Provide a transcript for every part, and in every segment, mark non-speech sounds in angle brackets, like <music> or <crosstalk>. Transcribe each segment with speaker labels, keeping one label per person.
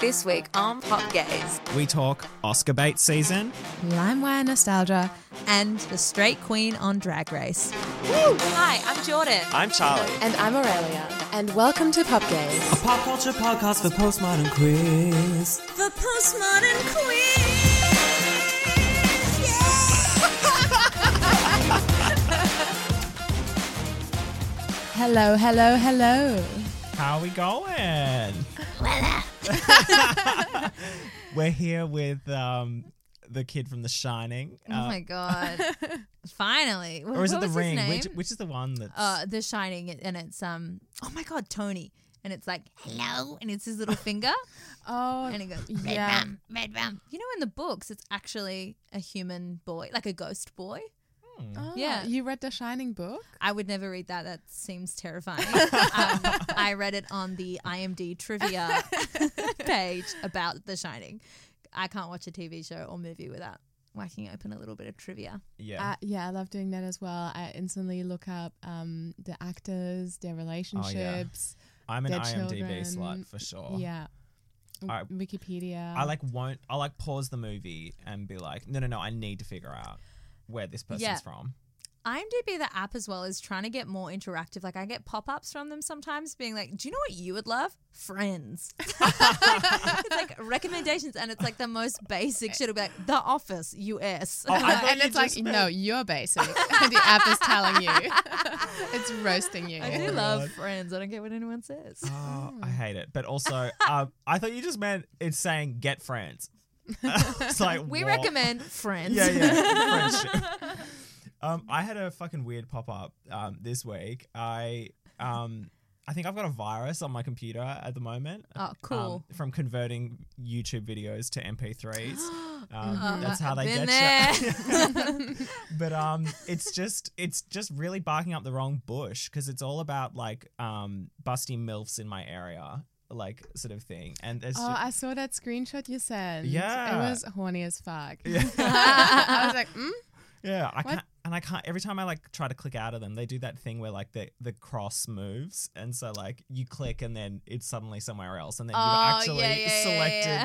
Speaker 1: This week on Pop Gaze,
Speaker 2: We talk Oscar bait season.
Speaker 3: LimeWire Nostalgia, and the Straight Queen on Drag Race.
Speaker 1: hi, I'm Jordan.
Speaker 2: I'm Charlie.
Speaker 4: And I'm Aurelia, and welcome to Pub Gaze.
Speaker 5: A pop culture podcast for postmodern queers.
Speaker 1: The postmodern queen.
Speaker 3: Hello, hello, hello.
Speaker 2: Mm. How are we going? <laughs> We're here with um, the kid from The Shining. Uh,
Speaker 6: Oh my god! Finally, Wh-
Speaker 2: Or is
Speaker 6: what
Speaker 2: it The
Speaker 6: was His
Speaker 2: Ring?
Speaker 6: name?
Speaker 2: Which, which is the one that's.
Speaker 6: uh, the Shining, and it's um. Oh my god, Tony, and it's like hello, and it's his little finger,
Speaker 3: Oh,
Speaker 6: and it goes red
Speaker 3: yeah.
Speaker 6: bum, red bum. You know, in the books, it's actually a human boy, like a ghost boy.
Speaker 3: Oh,
Speaker 6: Yeah.
Speaker 3: You read The Shining book?
Speaker 6: I would never read that. That seems
Speaker 2: <laughs>
Speaker 6: terrifying. um, I read it on the IMDb trivia
Speaker 2: <laughs>
Speaker 6: page about The Shining. I can't watch a TV show or movie without whacking open a little bit of trivia.
Speaker 2: yeah.
Speaker 3: Uh, yeah, I love doing that as well. I instantly look up um, the actors,
Speaker 2: Oh,
Speaker 3: their relationships.
Speaker 2: I'm an
Speaker 3: their
Speaker 2: IMDb
Speaker 3: children.
Speaker 2: slut for sure.
Speaker 3: Yeah.
Speaker 2: I-
Speaker 3: Wikipedia.
Speaker 2: Oh.
Speaker 3: <laughs>
Speaker 2: I like won't. I like pause the movie and be like, no, no, no. I need to figure out where this person's
Speaker 6: Yeah.
Speaker 2: from.
Speaker 6: IMDb, the app as well, is trying to get more interactive. Like I get pop ups from them sometimes, being like, "Do you know what you would love? Friends." <laughs> it's like recommendations, and it's like the most basic shit. It'll be like The Office, US. <laughs>
Speaker 2: Oh, I thought
Speaker 3: and
Speaker 2: you
Speaker 3: it's like,
Speaker 2: just meant-
Speaker 3: no,
Speaker 2: <laughs>
Speaker 3: you're basic. <laughs> the app is telling you. <laughs> it's roasting you.
Speaker 6: I do
Speaker 2: Oh,
Speaker 6: love
Speaker 2: God.
Speaker 6: Friends. I don't get what anyone says.
Speaker 2: Oh,
Speaker 6: Hmm.
Speaker 2: I hate it.
Speaker 6: <laughs>
Speaker 2: But also, um, I thought you just meant it's saying get friends. it's like
Speaker 6: we
Speaker 2: what?
Speaker 6: recommend Friends.
Speaker 2: Yeah, yeah.
Speaker 6: <laughs>
Speaker 2: Friendship. um, I had a fucking weird pop up um, this week. I um, I think I've got a virus on my computer at the moment.
Speaker 6: Oh, cool.
Speaker 2: Um, from converting YouTube videos
Speaker 6: <gasps>
Speaker 2: to MP3s. Um,
Speaker 6: Uh,
Speaker 2: that's how they
Speaker 6: been
Speaker 2: get you. but um, it's just it's just really barking up the wrong bush because it's all about like um, busty milfs in my area, like sort of thing. And there's
Speaker 3: Oh,
Speaker 2: ju-
Speaker 3: I saw that screenshot you sent.
Speaker 2: Yeah.
Speaker 3: It was horny as fuck. <laughs> I was like, mm?
Speaker 2: Yeah, I
Speaker 3: What?
Speaker 2: can't, and I can't. Every time I like try to click out of them, they do that thing where like the the cross moves, and so like you click, and then it's suddenly somewhere else, and then
Speaker 6: Oh,
Speaker 2: you've actually
Speaker 6: yeah, yeah, yeah,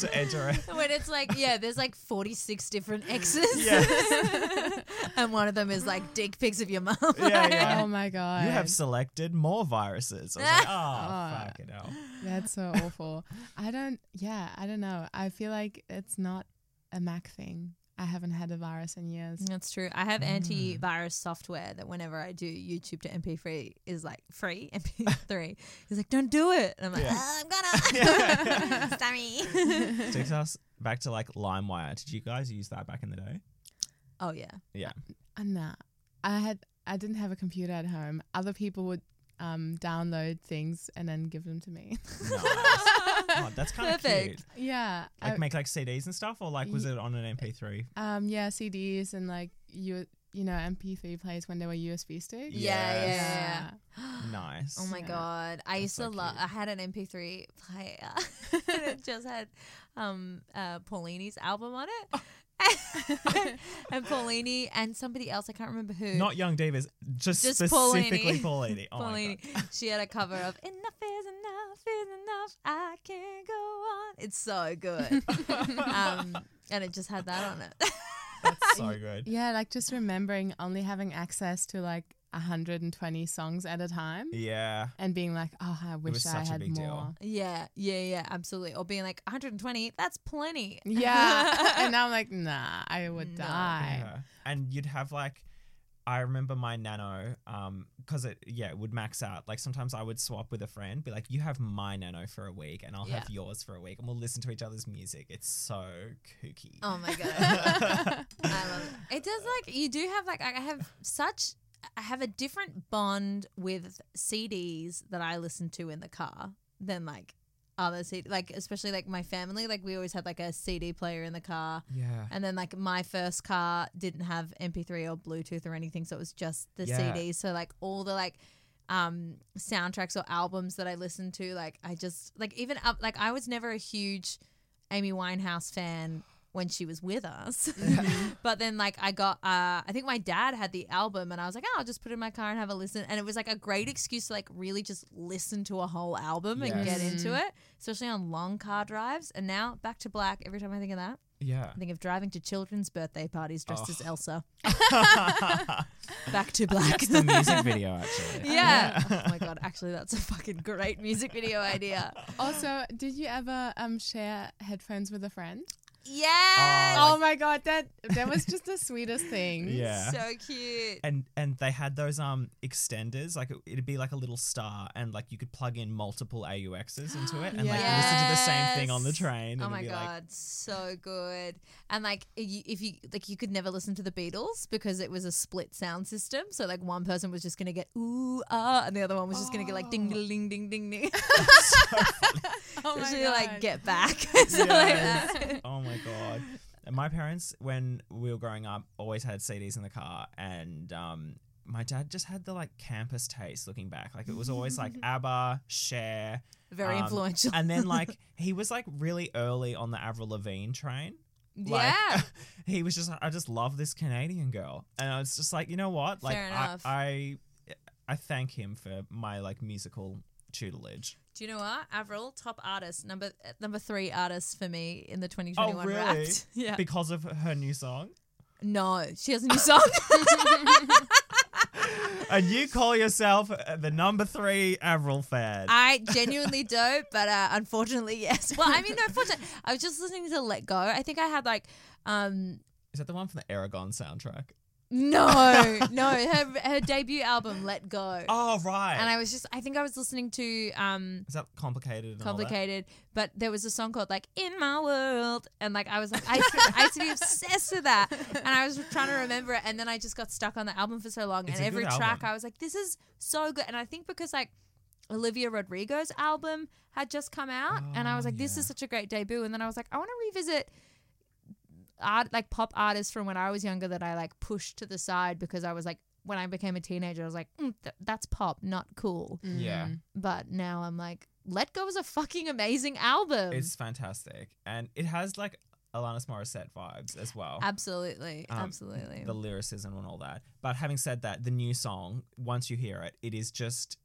Speaker 6: <laughs>
Speaker 2: to enter it.
Speaker 6: <laughs> When it's like, yeah, there's like 46 different
Speaker 2: <laughs>
Speaker 6: exes.
Speaker 2: Yeah.
Speaker 6: <laughs> and one of them is like dick pics of your mum.
Speaker 2: Yeah, yeah.
Speaker 3: oh my god.
Speaker 2: you have selected more viruses. I was
Speaker 6: <laughs>
Speaker 2: like, oh,
Speaker 3: Oh.
Speaker 2: fucking hell.
Speaker 3: That's so awful. I don't. Yeah, I don't know. I feel like it's not a Mac thing. I haven't had a virus in years.
Speaker 6: <laughs> That's true. I have
Speaker 2: Mm.
Speaker 6: antivirus software that whenever I do YouTube to MP3 is like free <laughs> MP3. He's like, don't do it. And I'm like,
Speaker 2: Yeah.
Speaker 6: "Oh, I'm
Speaker 2: <laughs>
Speaker 6: <laughs> gonna. Sorry.
Speaker 2: Takes us back to like LimeWire. Did you guys use that back in the day?
Speaker 6: oh yeah.
Speaker 2: Yeah.
Speaker 3: Uh, nah, I had. I didn't have a computer at home. Other people would um, download things and then give them to me. <laughs>
Speaker 2: Nice. oh, that's kind of
Speaker 6: Perfect.
Speaker 2: cute.
Speaker 3: yeah.
Speaker 2: Like
Speaker 3: I-
Speaker 2: make like CDs and stuff, or like was
Speaker 3: Ye-
Speaker 2: it on an MP3?
Speaker 6: <gasps>
Speaker 3: um. Yeah. CDs and like you. You know, MP3 players when they were USB sticks.
Speaker 2: Yeah,
Speaker 6: Yeah,
Speaker 2: Nice.
Speaker 6: Oh my god. I used to
Speaker 2: so
Speaker 6: love
Speaker 2: cute.
Speaker 6: I had an MP3 player uh, <laughs> and it just had um uh Paulini's album on it. <laughs> and Paulini and somebody else, I can't remember who.
Speaker 2: Not Young Davis, just,
Speaker 6: Just
Speaker 2: specifically
Speaker 6: Paulini.
Speaker 2: Paulini.
Speaker 6: <laughs>
Speaker 2: Oh my
Speaker 6: Paulini.
Speaker 2: god. <laughs>
Speaker 6: she had a cover of Enough is Enough is Enough. I can't go on. It's so
Speaker 2: <laughs>
Speaker 6: good. um, and it just had that on it. <laughs>
Speaker 2: That's so good.
Speaker 3: Yeah, like just remembering only having access to like 120 songs at a time
Speaker 2: Yeah.
Speaker 3: and being like, oh, I wish
Speaker 2: was
Speaker 3: I
Speaker 2: such a
Speaker 3: had
Speaker 2: big
Speaker 3: more.
Speaker 2: deal.
Speaker 6: Yeah, yeah, yeah, absolutely. Or being like 120, that's plenty.
Speaker 3: <laughs> Yeah. and now I'm like, nah, I would die.
Speaker 2: <laughs> Yeah. And you'd have like, I remember my nano, um, because it yeah it would max out. Like sometimes I would swap with a friend, be like, you have my nano for a week, and I'll have yours for a week, and we'll listen to each other's music. It's so kooky.
Speaker 6: Oh my
Speaker 2: <laughs>
Speaker 6: god, I love it. It does like you do have like I have such I have a different bond with CDs that I listen to in the car than like other CD like especially like my family like we always had like a CD player in the car.
Speaker 2: Yeah.
Speaker 6: And then like my first car didn't have MP3 or Bluetooth or anything, so it was just the
Speaker 2: Yeah.
Speaker 6: CDs. So like all the like um soundtracks or albums that I listened to, like I just like even up like I was never a huge Amy Winehouse fan when she was with us.
Speaker 2: Mm-hmm.
Speaker 6: <laughs> but then like I got uh I think my dad had the album and I was like, oh, I'll just put it in my car and have a listen. And it was like a great excuse to like really just listen to a whole album and get
Speaker 2: Yes.
Speaker 6: into it, especially on long car drives. And now back to black every time I think of that.
Speaker 2: Yeah.
Speaker 6: I think of driving to children's birthday parties dressed as
Speaker 2: <laughs>
Speaker 6: Elsa. <laughs> Back to black.
Speaker 2: Oh. That's the <laughs>
Speaker 6: <laughs>
Speaker 2: music video actually.
Speaker 6: yeah. <laughs> oh my god, actually that's a fucking great music video <laughs> idea.
Speaker 3: Also, did you ever um share headphones with a friend?
Speaker 6: Yeah.
Speaker 3: Oh my god, that that was just the sweetest thing.
Speaker 2: Yeah.
Speaker 6: So cute.
Speaker 2: and and they had those um extenders like it, it'd be like a little star and like you could plug in multiple aux's into it and like listen to the same thing on the
Speaker 6: Yes.
Speaker 2: train
Speaker 6: Oh
Speaker 2: and
Speaker 6: my
Speaker 2: it'd be
Speaker 6: god,
Speaker 2: like
Speaker 6: so good! And like, you, if you like, you could never listen to the Beatles because it was a split sound system. So like, one person was just gonna get ooh ah, and the other one was just gonna get like ding ding ding ding
Speaker 3: <laughs>
Speaker 6: ding. <laughs>
Speaker 3: Oh my
Speaker 6: Especially like
Speaker 3: God.
Speaker 6: get back. <laughs> So, like,
Speaker 2: Yes.
Speaker 6: that-
Speaker 2: oh my god and my parents when we were growing up always had cds in the car and um my dad just had the like campus taste looking back like it was
Speaker 6: <laughs>
Speaker 2: always like abba Cher.
Speaker 6: Very
Speaker 2: um,
Speaker 6: influential.
Speaker 2: and then like
Speaker 6: <laughs>
Speaker 2: he was like really early on the avril lavigne train Like,
Speaker 6: Yeah.
Speaker 2: <laughs> he was just like, I just love this Canadian girl. And I was just like, you know what? Like
Speaker 6: Fair
Speaker 2: I,
Speaker 6: enough.
Speaker 2: I I thank him for my like musical tutelage.
Speaker 6: Do you know what? Avril, top artist, number uh, number three artist for me in
Speaker 3: Oh,
Speaker 6: the 2021 Wrapped. <laughs> Yeah.
Speaker 2: Oh, Because of her new song?
Speaker 6: no, she has a new song.
Speaker 2: and you call yourself uh, the number 3 Avril fan.
Speaker 6: <laughs> <laughs> I genuinely do, but uh, unfortunately, yes. Well, I mean, no, fortunately, I was just listening to Let Go. I think I had like, um,
Speaker 2: Is that the one from the Aragon soundtrack?
Speaker 6: no, no, her her debut album, Let Go.
Speaker 2: Oh right.
Speaker 6: And I was just, I think I was listening to um,
Speaker 2: Is that complicated and all that?
Speaker 6: complicated but there was a song called like in my world and like i was like i used to, I used to be obsessed with that and i was trying to remember it and then i just got stuck on the album for so long
Speaker 2: It's a
Speaker 6: and
Speaker 2: good
Speaker 6: every track
Speaker 2: album.
Speaker 6: i was like this is so good and i think because like olivia rodrigo's album had just come out and i was
Speaker 2: Oh,
Speaker 6: like this is
Speaker 2: yeah.
Speaker 6: such a great debut and then i was like i want to revisit art like pop artists from when i was younger that i like pushed to the side because i was like when i became a teenager i was like mm, th- that's pop not cool
Speaker 2: Yeah.
Speaker 6: but now I'm like, Let Go is a fucking amazing album.
Speaker 2: It's fantastic. And it has like Alanis Morissette vibes as well.
Speaker 6: absolutely,
Speaker 2: um,
Speaker 6: absolutely.
Speaker 2: the lyricism and all that. But having said that, the new song, once you hear it, it is just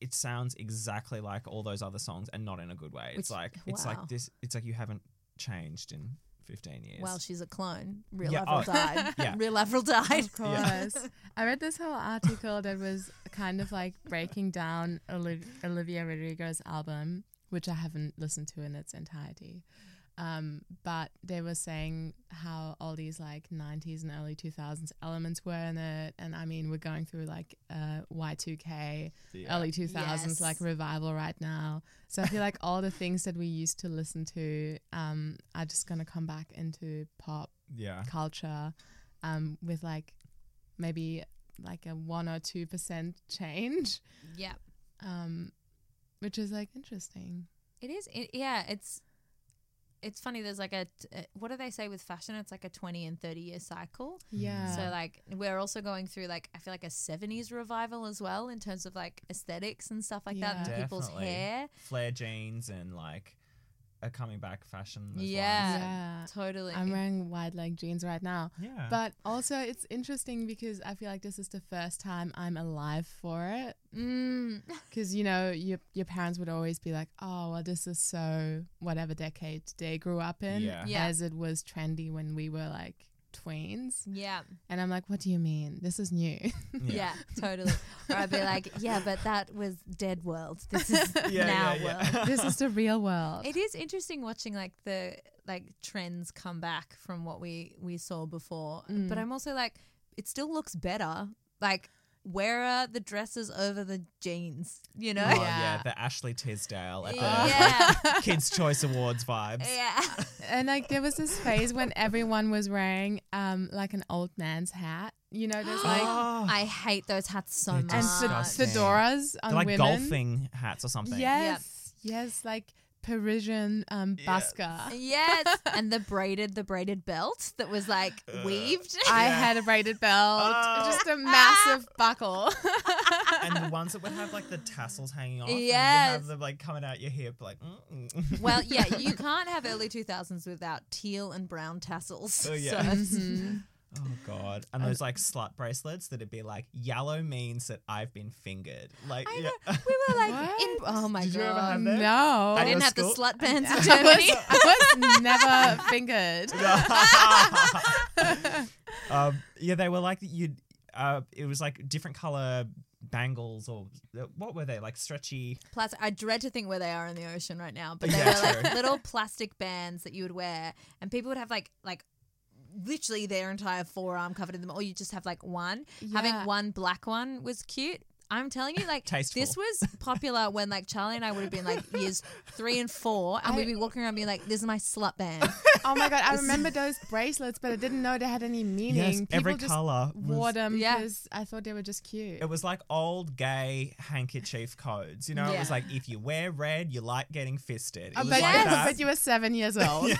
Speaker 2: it sounds exactly like all those other songs and not in a good way. It's
Speaker 6: Which-
Speaker 2: like it's
Speaker 6: wow.
Speaker 2: like this it's like you haven't changed in 15 years.
Speaker 6: well, she's a clone. Real
Speaker 2: Yeah,
Speaker 6: Avril
Speaker 2: oh,
Speaker 6: died.
Speaker 2: <laughs> yeah.
Speaker 6: Real Avril died.
Speaker 3: Of course. <laughs> I read this whole article that was kind of like breaking down Oli- Olivia Rodrigo's album, which I haven't listened to in its entirety. Um, but they were saying how all these like 90s and early 2000s elements were in it. And I mean, we're going through like uh, Y2K, early 2000s,
Speaker 6: Yes.
Speaker 3: like revival right now. So I feel like all the things that we used to listen to um, are just going to come back into pop
Speaker 2: yeah.
Speaker 3: culture um, with like maybe like a one or two percent change,
Speaker 6: <laughs> yeah.
Speaker 3: um, which is like interesting.
Speaker 6: It is. It, yeah, it's it's funny. There's like a, t- uh what do they say with fashion? It's like a 20 and 30 year cycle.
Speaker 3: Yeah.
Speaker 6: Mm. So uh, like we're also going through like I feel like a 70s revival as well in terms of like aesthetics and stuff like that and
Speaker 3: Yeah.
Speaker 6: people's hair.
Speaker 2: Flare jeans and like a coming back fashion as well.
Speaker 6: Yeah.
Speaker 3: yeah.
Speaker 6: Totally.
Speaker 3: I'm wearing wide leg jeans right now.
Speaker 2: Yeah.
Speaker 3: But also, it's interesting because I feel like this is the first time I'm alive for it.
Speaker 6: mm,
Speaker 3: Because, you know, your, your parents would always be like, oh, well, this is so whatever decade they grew up in,
Speaker 2: Yeah.
Speaker 6: Yeah.
Speaker 3: as it was trendy when we were like tweens.
Speaker 6: Yeah.
Speaker 3: And I'm like, what do you mean? This is new. <laughs>
Speaker 6: Yeah, totally. Or I'd be like, yeah, but that was dead world. This is
Speaker 2: Yeah,
Speaker 6: now
Speaker 2: yeah,
Speaker 6: world.
Speaker 2: <laughs> yeah.
Speaker 3: this is the real world.
Speaker 6: It is interesting watching like the like trends come back from what we we saw before, but I'm also like, it still looks better. Like, where are the dresses over the jeans? You know?
Speaker 2: Oh, yeah.
Speaker 3: Yeah.
Speaker 2: the Ashley Tisdale at the
Speaker 6: Yeah.
Speaker 2: <laughs> Kids Choice Awards vibes.
Speaker 6: <laughs> yeah.
Speaker 3: and like there was this phase when everyone was wearing um like an old man's hat. You know, there's like <gasps>
Speaker 2: Oh,
Speaker 6: I hate those hats so
Speaker 2: They're
Speaker 6: much.
Speaker 3: and
Speaker 2: so
Speaker 3: fed-
Speaker 2: Disgusting.
Speaker 3: fedoras on
Speaker 2: they're like
Speaker 3: women.
Speaker 2: golfing hats or something.
Speaker 3: Yes, yes, like Parisian um busker.
Speaker 6: yes, and the braided the braided belt that was like weaved.
Speaker 3: I had a braided belt,
Speaker 2: Oh.
Speaker 3: just a massive <laughs> buckle.
Speaker 2: And the ones that would have like the tassels hanging off. And you
Speaker 6: Yes.
Speaker 2: have them like coming out your hip, like. mm, mm. <laughs>
Speaker 6: Well, yeah, you can't have early 2000s without teal and brown tassels.
Speaker 2: Oh, yeah.
Speaker 6: So it's-
Speaker 2: Oh god! And
Speaker 6: Um,
Speaker 2: those like slut bracelets that'd be like yellow means that I've been fingered. Like
Speaker 6: I
Speaker 2: yeah.
Speaker 6: know. <laughs>
Speaker 2: <laughs>
Speaker 6: We were like, in, oh my
Speaker 2: Did
Speaker 6: god.
Speaker 2: you ever <laughs> have that?
Speaker 3: no,
Speaker 6: I
Speaker 2: At
Speaker 6: didn't
Speaker 2: your
Speaker 6: have
Speaker 2: school? <laughs>
Speaker 6: the slut bands in
Speaker 3: I was,
Speaker 6: Germany. <laughs>
Speaker 3: I was never fingered.
Speaker 2: <laughs> um, yeah, they were like you'd. Uh, it was like different color bangles or uh, what were they like stretchy?
Speaker 6: Plus, I dread to think where they are in the ocean right now, but they
Speaker 2: Yeah,
Speaker 6: were like
Speaker 2: true.
Speaker 6: little plastic bands that you would wear, and people would have like like literally their entire forearm covered in them, or you just have like one.
Speaker 3: Yeah.
Speaker 6: Having one black one was cute. I'm telling you, like
Speaker 2: Tasteful.
Speaker 6: this was popular when like Charlie and I would have been like years three and four, and we'd be walking around being like, "This is my slut
Speaker 2: <laughs>
Speaker 6: band."
Speaker 3: <laughs> Oh my god, I remember those bracelets, but I didn't know they had any meaning. People
Speaker 2: every
Speaker 3: just
Speaker 2: colour was-
Speaker 3: wore them
Speaker 6: Yeah.
Speaker 3: because I thought they were just cute.
Speaker 2: It was like old gay handkerchief codes. You know, it was
Speaker 6: Yeah.
Speaker 2: like if you wear red, you like getting fisted. It
Speaker 3: I
Speaker 2: was
Speaker 3: bet,
Speaker 2: like
Speaker 6: Yes.
Speaker 2: that.
Speaker 3: but you were
Speaker 2: <laughs>
Speaker 3: seven years old <laughs> in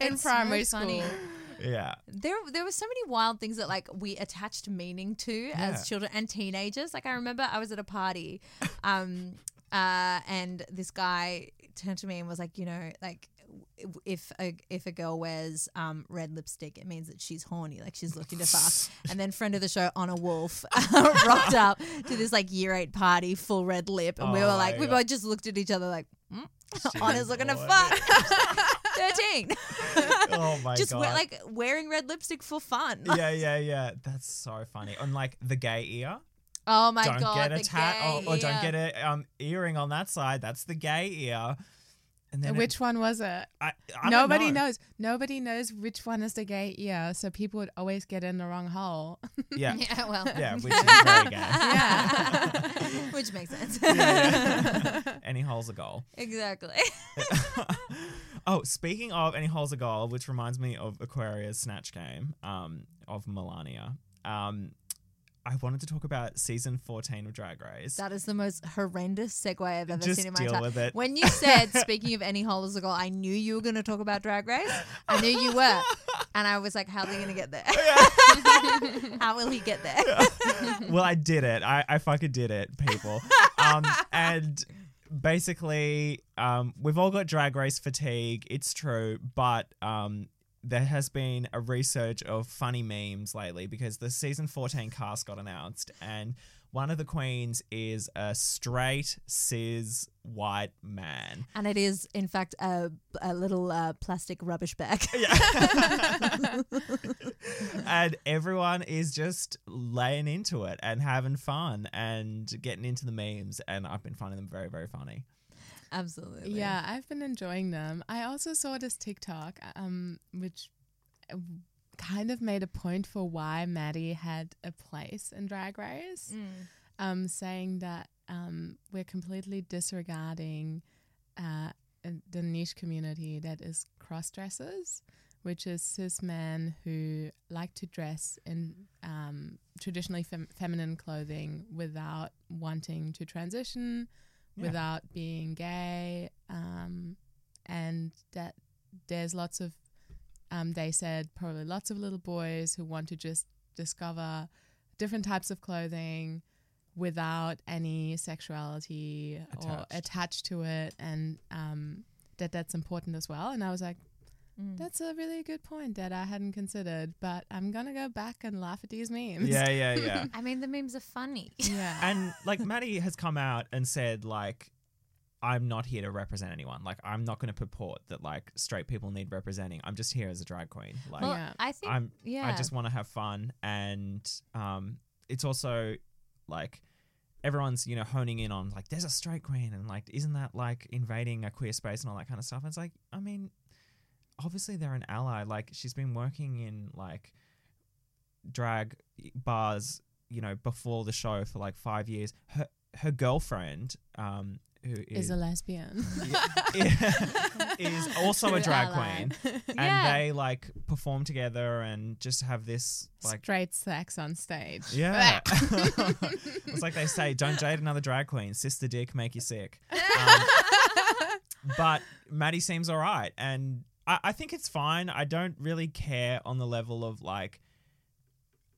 Speaker 6: It's so
Speaker 3: primary
Speaker 6: funny.
Speaker 3: school.
Speaker 6: <laughs>
Speaker 2: yeah.
Speaker 6: there there were so many wild things that like we attached meaning to
Speaker 2: Yeah.
Speaker 6: as children and teenagers. Like I remember I was at a party, um, <laughs> uh, and this guy turned to me and was like, you know, like w- if a if a girl wears um, red lipstick, it means that she's horny, like she's looking to
Speaker 2: <laughs>
Speaker 6: fuck. And then friend of the show, Honor Wolf, <laughs> rocked up to this like year eight party, full red lip, and we were
Speaker 2: Oh,
Speaker 6: like, we
Speaker 2: yeah.
Speaker 6: both just looked at each other like, hmm?
Speaker 2: She
Speaker 6: <laughs> Honor's
Speaker 2: was
Speaker 6: looking to
Speaker 2: horny.
Speaker 6: fuck. <laughs> Thirteen,
Speaker 2: Oh my
Speaker 6: just
Speaker 2: god.
Speaker 6: wear, like wearing red lipstick for fun.
Speaker 2: <laughs> yeah, yeah, yeah. That's so funny. And like the gay ear.
Speaker 6: <laughs> Oh my
Speaker 2: don't
Speaker 6: god!
Speaker 2: get a
Speaker 6: the
Speaker 2: tat or,
Speaker 6: gay
Speaker 2: or don't
Speaker 6: ear.
Speaker 2: get a um, earring on that side. That's the gay ear. And then it-
Speaker 3: Which one was it?
Speaker 2: I, I don't
Speaker 3: Nobody
Speaker 2: know.
Speaker 3: knows. Nobody knows which one is the gay ear, so people would always get in the wrong hole.
Speaker 2: Yeah. <laughs> yeah.
Speaker 6: <laughs> Yeah, well,
Speaker 2: which is very gay.
Speaker 6: yeah, <laughs> which makes sense.
Speaker 2: Any hole's a goal.
Speaker 6: <laughs>
Speaker 2: <laughs>
Speaker 6: exactly.
Speaker 2: Oh, speaking of any hole's a goal, which reminds me of Aquaria's Snatch Game um, of Melania. Um, I wanted to talk about season 14 of Drag Race.
Speaker 6: That is the most horrendous segue I've ever
Speaker 2: Just
Speaker 6: seen in my
Speaker 2: deal
Speaker 6: entire.
Speaker 2: with it.
Speaker 6: When you
Speaker 2: <laughs>
Speaker 6: said, "Speaking of any holes ago," I knew you were going to talk about Drag Race. I knew you
Speaker 2: <laughs>
Speaker 6: were, and I was like, "How's he going to get there? <laughs> How will he get there?"
Speaker 2: well, I did it. I, I fucking did it, people. Um, and basically, um, we've all got drag race fatigue. It's true, but um, there has been a research of funny memes lately because the season 14 cast got announced, and one of the queens is a straight, cis, white man.
Speaker 6: <laughs> And it is, in fact, a, a little uh, plastic rubbish bag.
Speaker 2: <laughs> and everyone is just laying into it and having fun and getting into the memes and i've been finding them very very funny
Speaker 6: <laughs> Absolutely.
Speaker 3: Yeah, I've been enjoying them. I also saw this TikTok, um, which uh, kind of made a point for why Maddie had a place in Drag Race, um, saying that um, we're completely disregarding uh, in- the niche community that is cross dressers, which is cis men who like to dress in um, traditionally fem- feminine clothing without wanting to transition, without being gay, um, and that there's lots of, um, they said, probably lots of little boys who want to just discover different types of clothing without any sexuality or
Speaker 2: Attached.
Speaker 3: attached to it and um, that that's important as well and i was like
Speaker 6: Mm.
Speaker 3: that's a really good point that i hadn't considered but i'm gonna go back and laugh at these memes
Speaker 2: yeah yeah yeah
Speaker 6: I mean, the memes are funny.
Speaker 3: <laughs> yeah
Speaker 2: and like Maddie has come out and said like I'm not here to represent anyone. Like I'm not going to purport that like straight people need representing. I'm just here as a drag queen.
Speaker 6: <laughs>
Speaker 2: Like
Speaker 6: Well,
Speaker 3: Yeah.
Speaker 6: I think
Speaker 2: I'm
Speaker 6: yeah.
Speaker 2: I just want to have fun and um it's also like everyone's you know honing in on like there's a straight queen and like isn't that like invading a queer space and all that kind of stuff. And it's like I mean obviously they're an ally. Like she's been working in like drag bars, you know, before the show for like 5 years. Her her girlfriend um who
Speaker 3: Is
Speaker 2: is,
Speaker 3: <laughs> a lesbian.
Speaker 2: <laughs> is also a drag
Speaker 6: ally.
Speaker 2: queen
Speaker 3: <laughs>
Speaker 2: and
Speaker 6: Yeah.
Speaker 2: they like perform together and just have this like
Speaker 3: Straight sex on stage.
Speaker 2: yeah <laughs> it's like they say don't jade another drag queen sister dick make you sick um, but maddie seems all right and I, I think it's fine i don't really care on the level of like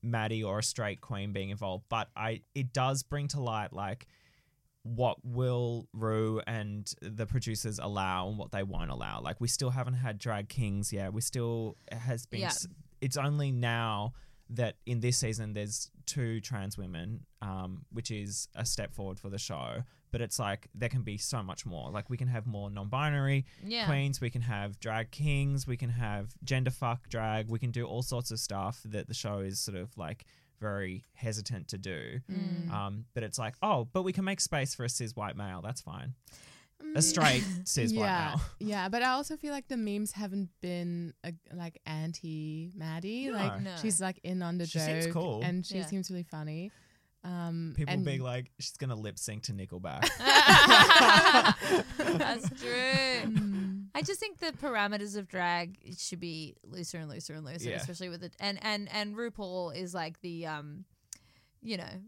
Speaker 2: maddie or a straight queen being involved but i it does bring to light like what will Rue and the producers allow and what they won't allow. Like we still haven't had drag kings yet. We still it has been.
Speaker 6: Yeah.
Speaker 2: s- It's only now that in this season there's two trans women, um, which is a step forward for the show. But it's like there can be so much more. Like we can have more non-binary
Speaker 6: Yeah.
Speaker 2: queens. We can have drag kings. We can have gender fuck drag. We can do all sorts of stuff that the show is sort of like very hesitant to do.
Speaker 6: Mm.
Speaker 2: <laughs> Um, but it's like, oh, but we can make space for a cis white male. That's fine.
Speaker 6: Mm.
Speaker 2: A
Speaker 6: <laughs>
Speaker 2: straight cis
Speaker 3: yeah,
Speaker 2: white male. <laughs>
Speaker 3: yeah, but I also feel like the memes haven't been uh, like anti Maddie. Like
Speaker 6: No.
Speaker 3: she's like in on the
Speaker 2: She
Speaker 3: joke,
Speaker 2: seems cool.
Speaker 3: and she
Speaker 6: Yeah.
Speaker 3: seems really funny.
Speaker 6: Mm,
Speaker 3: Um,
Speaker 2: People
Speaker 3: and
Speaker 2: being like, she's going to lip sync to
Speaker 6: <laughs>
Speaker 2: Nickelback.
Speaker 6: That's true. I just think the parameters of drag should be looser and looser and looser,
Speaker 2: Yeah.
Speaker 6: especially with it. And and and RuPaul is like the um, you know,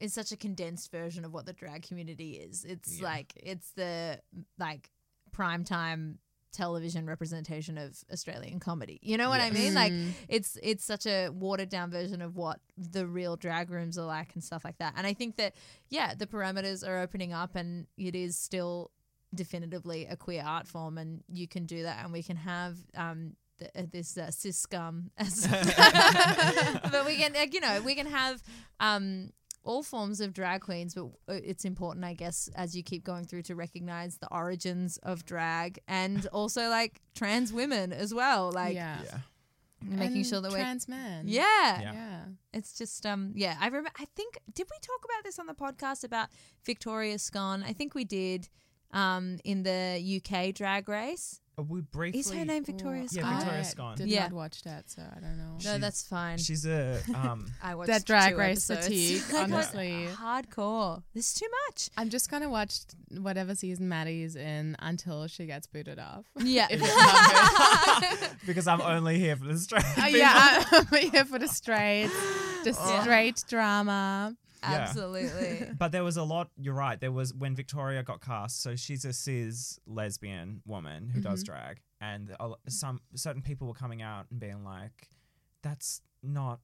Speaker 6: is such a condensed version of what the drag community is. It's
Speaker 2: Yeah.
Speaker 6: like it's the like primetime television representation of Australian comedy. You know what I
Speaker 2: Yes.
Speaker 6: mean? Like it's it's such a watered down version of what the real drag rooms are like and stuff like that. And I think that yeah, the parameters are opening up and it is still definitively a queer art form and you can do that and we can have um th- uh, this uh, cis scum <laughs> as but we can like, you know we can have um all forms of drag queens but uh, it's important i guess as you keep going through to recognize the origins of drag and also like trans women as well like
Speaker 3: yeah,
Speaker 2: yeah.
Speaker 6: making
Speaker 3: And
Speaker 6: sure that we're
Speaker 3: trans men.
Speaker 6: yeah,
Speaker 2: Yeah.
Speaker 3: yeah.
Speaker 6: it's just um yeah i remember i think did we talk about this on the podcast about victoria scone i think we did um in the uk drag race
Speaker 2: Uh, We briefly.
Speaker 6: is her name victoria
Speaker 2: Yeah,
Speaker 6: scone
Speaker 2: Victoria
Speaker 3: I
Speaker 2: Scone.
Speaker 3: Did
Speaker 6: Yeah.
Speaker 3: not watch that, so I don't know.
Speaker 6: no that's fine
Speaker 2: She's a.
Speaker 6: <laughs>
Speaker 2: Um,
Speaker 6: i watched
Speaker 3: That Drag
Speaker 6: two
Speaker 3: Race
Speaker 6: episodes.
Speaker 3: fatigue,
Speaker 6: <laughs> I got
Speaker 3: honestly.
Speaker 6: hardcore this is too much
Speaker 3: I'm just gonna watch whatever season Maddie's in until she gets booted off.
Speaker 6: yeah <laughs>
Speaker 3: If <laughs> it's not good.
Speaker 2: because I'm only here for the straight.
Speaker 6: Oh,
Speaker 2: <laughs>
Speaker 3: Uh,
Speaker 2: people.
Speaker 3: yeah, <laughs> I'm here for the straight, the
Speaker 6: Yeah.
Speaker 3: straight drama.
Speaker 6: absolutely
Speaker 2: But there was a lot. You're right. There was when Victoria got cast. So she's a cis lesbian woman who
Speaker 6: Mm-hmm.
Speaker 2: does drag, and a lo- some certain people were coming out and being like, "That's not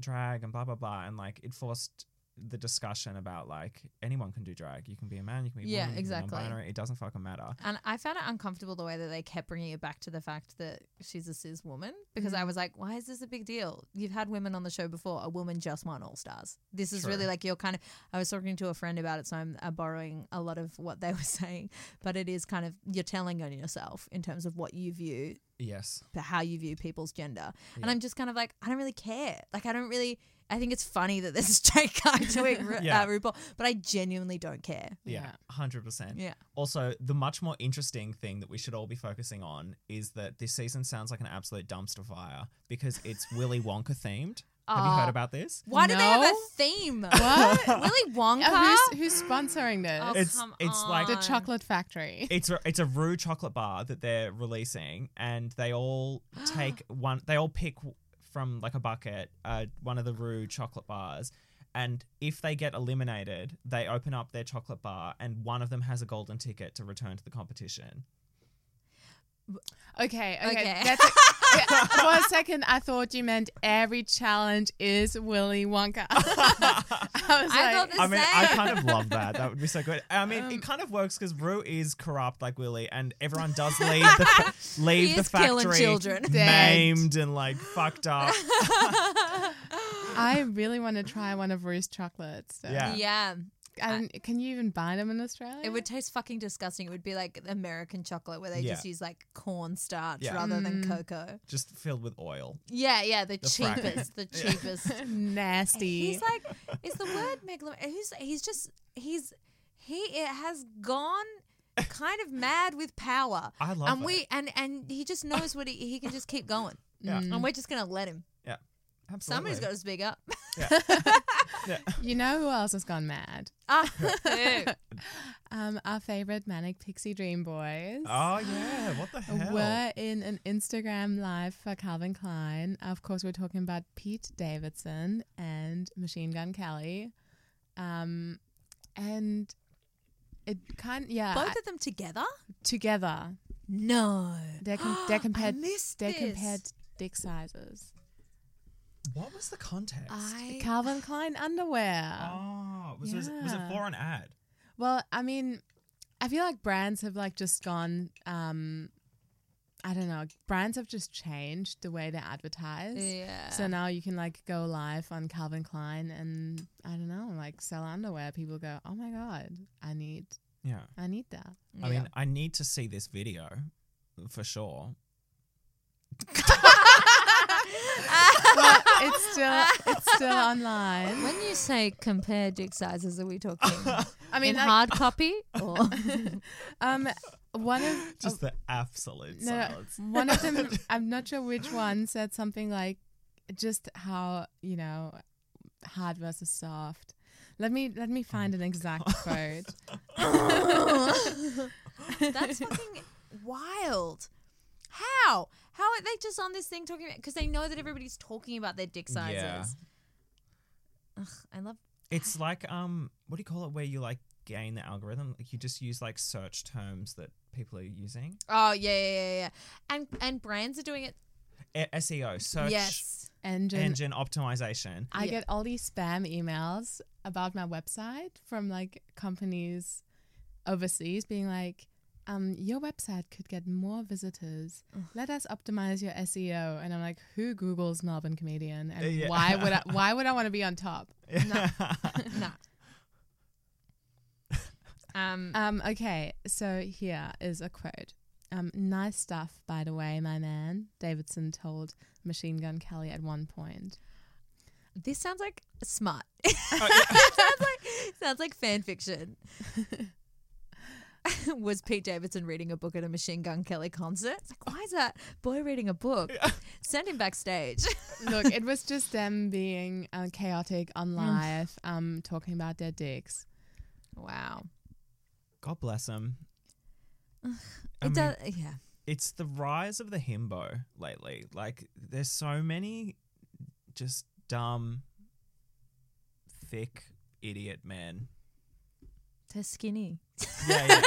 Speaker 2: drag," and blah blah blah, and like it forced the discussion about like anyone can do drag. You can be a man. You can be a
Speaker 6: Yeah,
Speaker 2: woman. you can be
Speaker 6: exactly.
Speaker 2: non-binary, It doesn't fucking matter.
Speaker 6: And I found it uncomfortable the way that they kept bringing it back to the fact that she's a cis woman because
Speaker 2: Mm.
Speaker 6: I was like, why is this a big deal? You've had women on the show before. A woman just won All Stars. This is really
Speaker 2: True.
Speaker 6: like you're kind of. I was talking to a friend about it, so I'm uh, borrowing a lot of what they <laughs> were saying, but it is kind of you're telling on yourself in terms of what you view
Speaker 2: Yes.
Speaker 6: but how you view people's gender. And I'm just kind of like, I don't really care. Like, I don't really. I think it's funny that there's <laughs> a straight guy
Speaker 2: <laughs>
Speaker 6: doing Ru-
Speaker 2: Yeah.
Speaker 6: uh, RuPaul, but I genuinely don't care.
Speaker 2: Yeah, hundred percent.
Speaker 6: Yeah.
Speaker 2: Also, the much more interesting thing that we should all be focusing on is that this season sounds like an absolute dumpster fire because it's Willy Wonka themed. Have you heard about this?
Speaker 6: Why do they have a
Speaker 3: No.
Speaker 6: theme?
Speaker 3: What?
Speaker 6: Willy Wonka?
Speaker 3: Uh, who's, who's sponsoring this?
Speaker 6: Oh,
Speaker 2: It's-
Speaker 6: come
Speaker 2: it's like-
Speaker 3: the
Speaker 6: on.
Speaker 3: Chocolate
Speaker 6: <laughs>
Speaker 3: Factory.
Speaker 2: It's a, it's a Rue chocolate bar that they're releasing, and they all take one. They all pick w- from like a bucket uh, one of the Rue chocolate bars, and if they get eliminated, they open up their chocolate bar, and one of them has a golden ticket to return to the competition.
Speaker 3: Okay, okay.
Speaker 6: Okay. <laughs>
Speaker 3: That's yeah, for a second, I thought you meant every challenge is Willy Wonka. <laughs> I was
Speaker 6: I thought
Speaker 3: like,
Speaker 6: this-
Speaker 2: I mean, I
Speaker 6: same.
Speaker 2: kind of love that. That would be so good. I mean,
Speaker 6: Um,
Speaker 2: it kind of works because Rue is corrupt like Willy, and everyone
Speaker 6: <laughs>
Speaker 2: does leave the fa- leave
Speaker 6: He
Speaker 2: the
Speaker 6: is killing
Speaker 2: factory
Speaker 6: children.
Speaker 2: maimed and like
Speaker 6: <laughs>
Speaker 2: fucked up.
Speaker 3: I really want to try one of Rue's chocolates. so-
Speaker 2: Yeah.
Speaker 6: yeah.
Speaker 3: And can you even buy them in Australia?
Speaker 6: It would taste fucking disgusting. It would be like American chocolate where they
Speaker 2: Yeah.
Speaker 6: just use like cornstarch
Speaker 2: Yeah.
Speaker 6: rather than cocoa.
Speaker 2: Just filled with oil.
Speaker 6: Yeah, yeah, the,
Speaker 2: The fracking.
Speaker 6: cheapest,
Speaker 2: <laughs>
Speaker 6: the cheapest.
Speaker 3: nasty.
Speaker 6: He's like, is the word megalom? He's he's just he's he it has gone kind of mad with power.
Speaker 2: I love
Speaker 6: and
Speaker 2: it.
Speaker 6: we and and he just knows what he he can just keep going.
Speaker 2: Yeah.
Speaker 6: and we're just gonna let him.
Speaker 2: Yeah. Absolutely.
Speaker 6: Somebody's got to speak
Speaker 2: <laughs>
Speaker 6: up.
Speaker 3: you know who else has gone mad?
Speaker 6: <laughs> Ah,
Speaker 3: Um, our favorite manic pixie dream boys. Uh,
Speaker 2: Oh yeah, what the hell?
Speaker 3: We're in an Instagram live for Calvin Klein. Of course, we're talking about Pete Davidson and Machine Gun Kelly. Um, and it kind yeah, uh,
Speaker 6: both of them together?
Speaker 3: together.
Speaker 6: No. <gasps>
Speaker 3: They're, com- they're compared.
Speaker 6: missed
Speaker 3: they're
Speaker 6: this.
Speaker 3: compared dick sizes.
Speaker 2: What was the context?
Speaker 6: I
Speaker 3: Calvin Klein underwear.
Speaker 2: Oh, was, was, was it
Speaker 3: Yeah.
Speaker 2: for an ad?
Speaker 3: Well, I mean, I feel like brands have like just gone. Um, I don't know. Brands have just changed the way they advertise.
Speaker 6: yeah.
Speaker 3: So now you can like go live on Calvin Klein and I don't know, like sell underwear. People go, oh my god, I need,
Speaker 2: Yeah.
Speaker 3: I need that.
Speaker 2: I mean, I need to see this video for sure.
Speaker 3: But it's still, it's still online.
Speaker 6: <laughs> when you say compare dick sizes, are we <laughs> talking
Speaker 3: I
Speaker 6: in
Speaker 3: mean, like,
Speaker 6: hard copy or
Speaker 3: um, one of
Speaker 2: Just
Speaker 6: Oh.
Speaker 2: the absolute
Speaker 3: No, no,
Speaker 2: silence.
Speaker 3: one of them, I'm not sure which one, said something like, just how you know, hard versus soft. Let me let me find an exact quote.
Speaker 6: <laughs> that's fucking wild? How? How are they just on this thing talking about? Because they know that everybody's talking about their dick sizes.
Speaker 2: Yeah.
Speaker 6: Ugh, I love.
Speaker 2: It's like um, what do you call it? Where you like gain the algorithm? Like you just use like search terms that people are using.
Speaker 6: Oh yeah, yeah, yeah, yeah. And and brands are doing it.
Speaker 2: E- SEO search
Speaker 6: yes. <laughs>
Speaker 3: Engine.
Speaker 2: engine optimization.
Speaker 3: um, I get all these spam emails about my website from like companies overseas being like, um, your website could get more visitors. Let us optimize your SEO. And I'm like, who Googles Melbourne comedian? And
Speaker 2: Yeah.
Speaker 3: why would I why would I want to be on top?
Speaker 6: No. um.
Speaker 3: Um, okay, so here is a quote. Um, nice stuff, by the way, my man, Davidson told Machine Gun Kelly at one point.
Speaker 6: This sounds like smut. <laughs> sounds like sounds like fan fiction. Was Pete Davidson reading a book at a Machine Gun Kelly concert? It's like, why is that boy reading a book? Send him backstage.
Speaker 3: <laughs> Look, it was just them being uh, chaotic on live, um, talking about their dicks.
Speaker 6: wow.
Speaker 2: God bless them.
Speaker 6: It does. Yeah.
Speaker 2: It's the rise of the himbo lately. Like there's so many just dumb, thick idiot men.
Speaker 6: They're skinny.
Speaker 2: Yeah, yeah.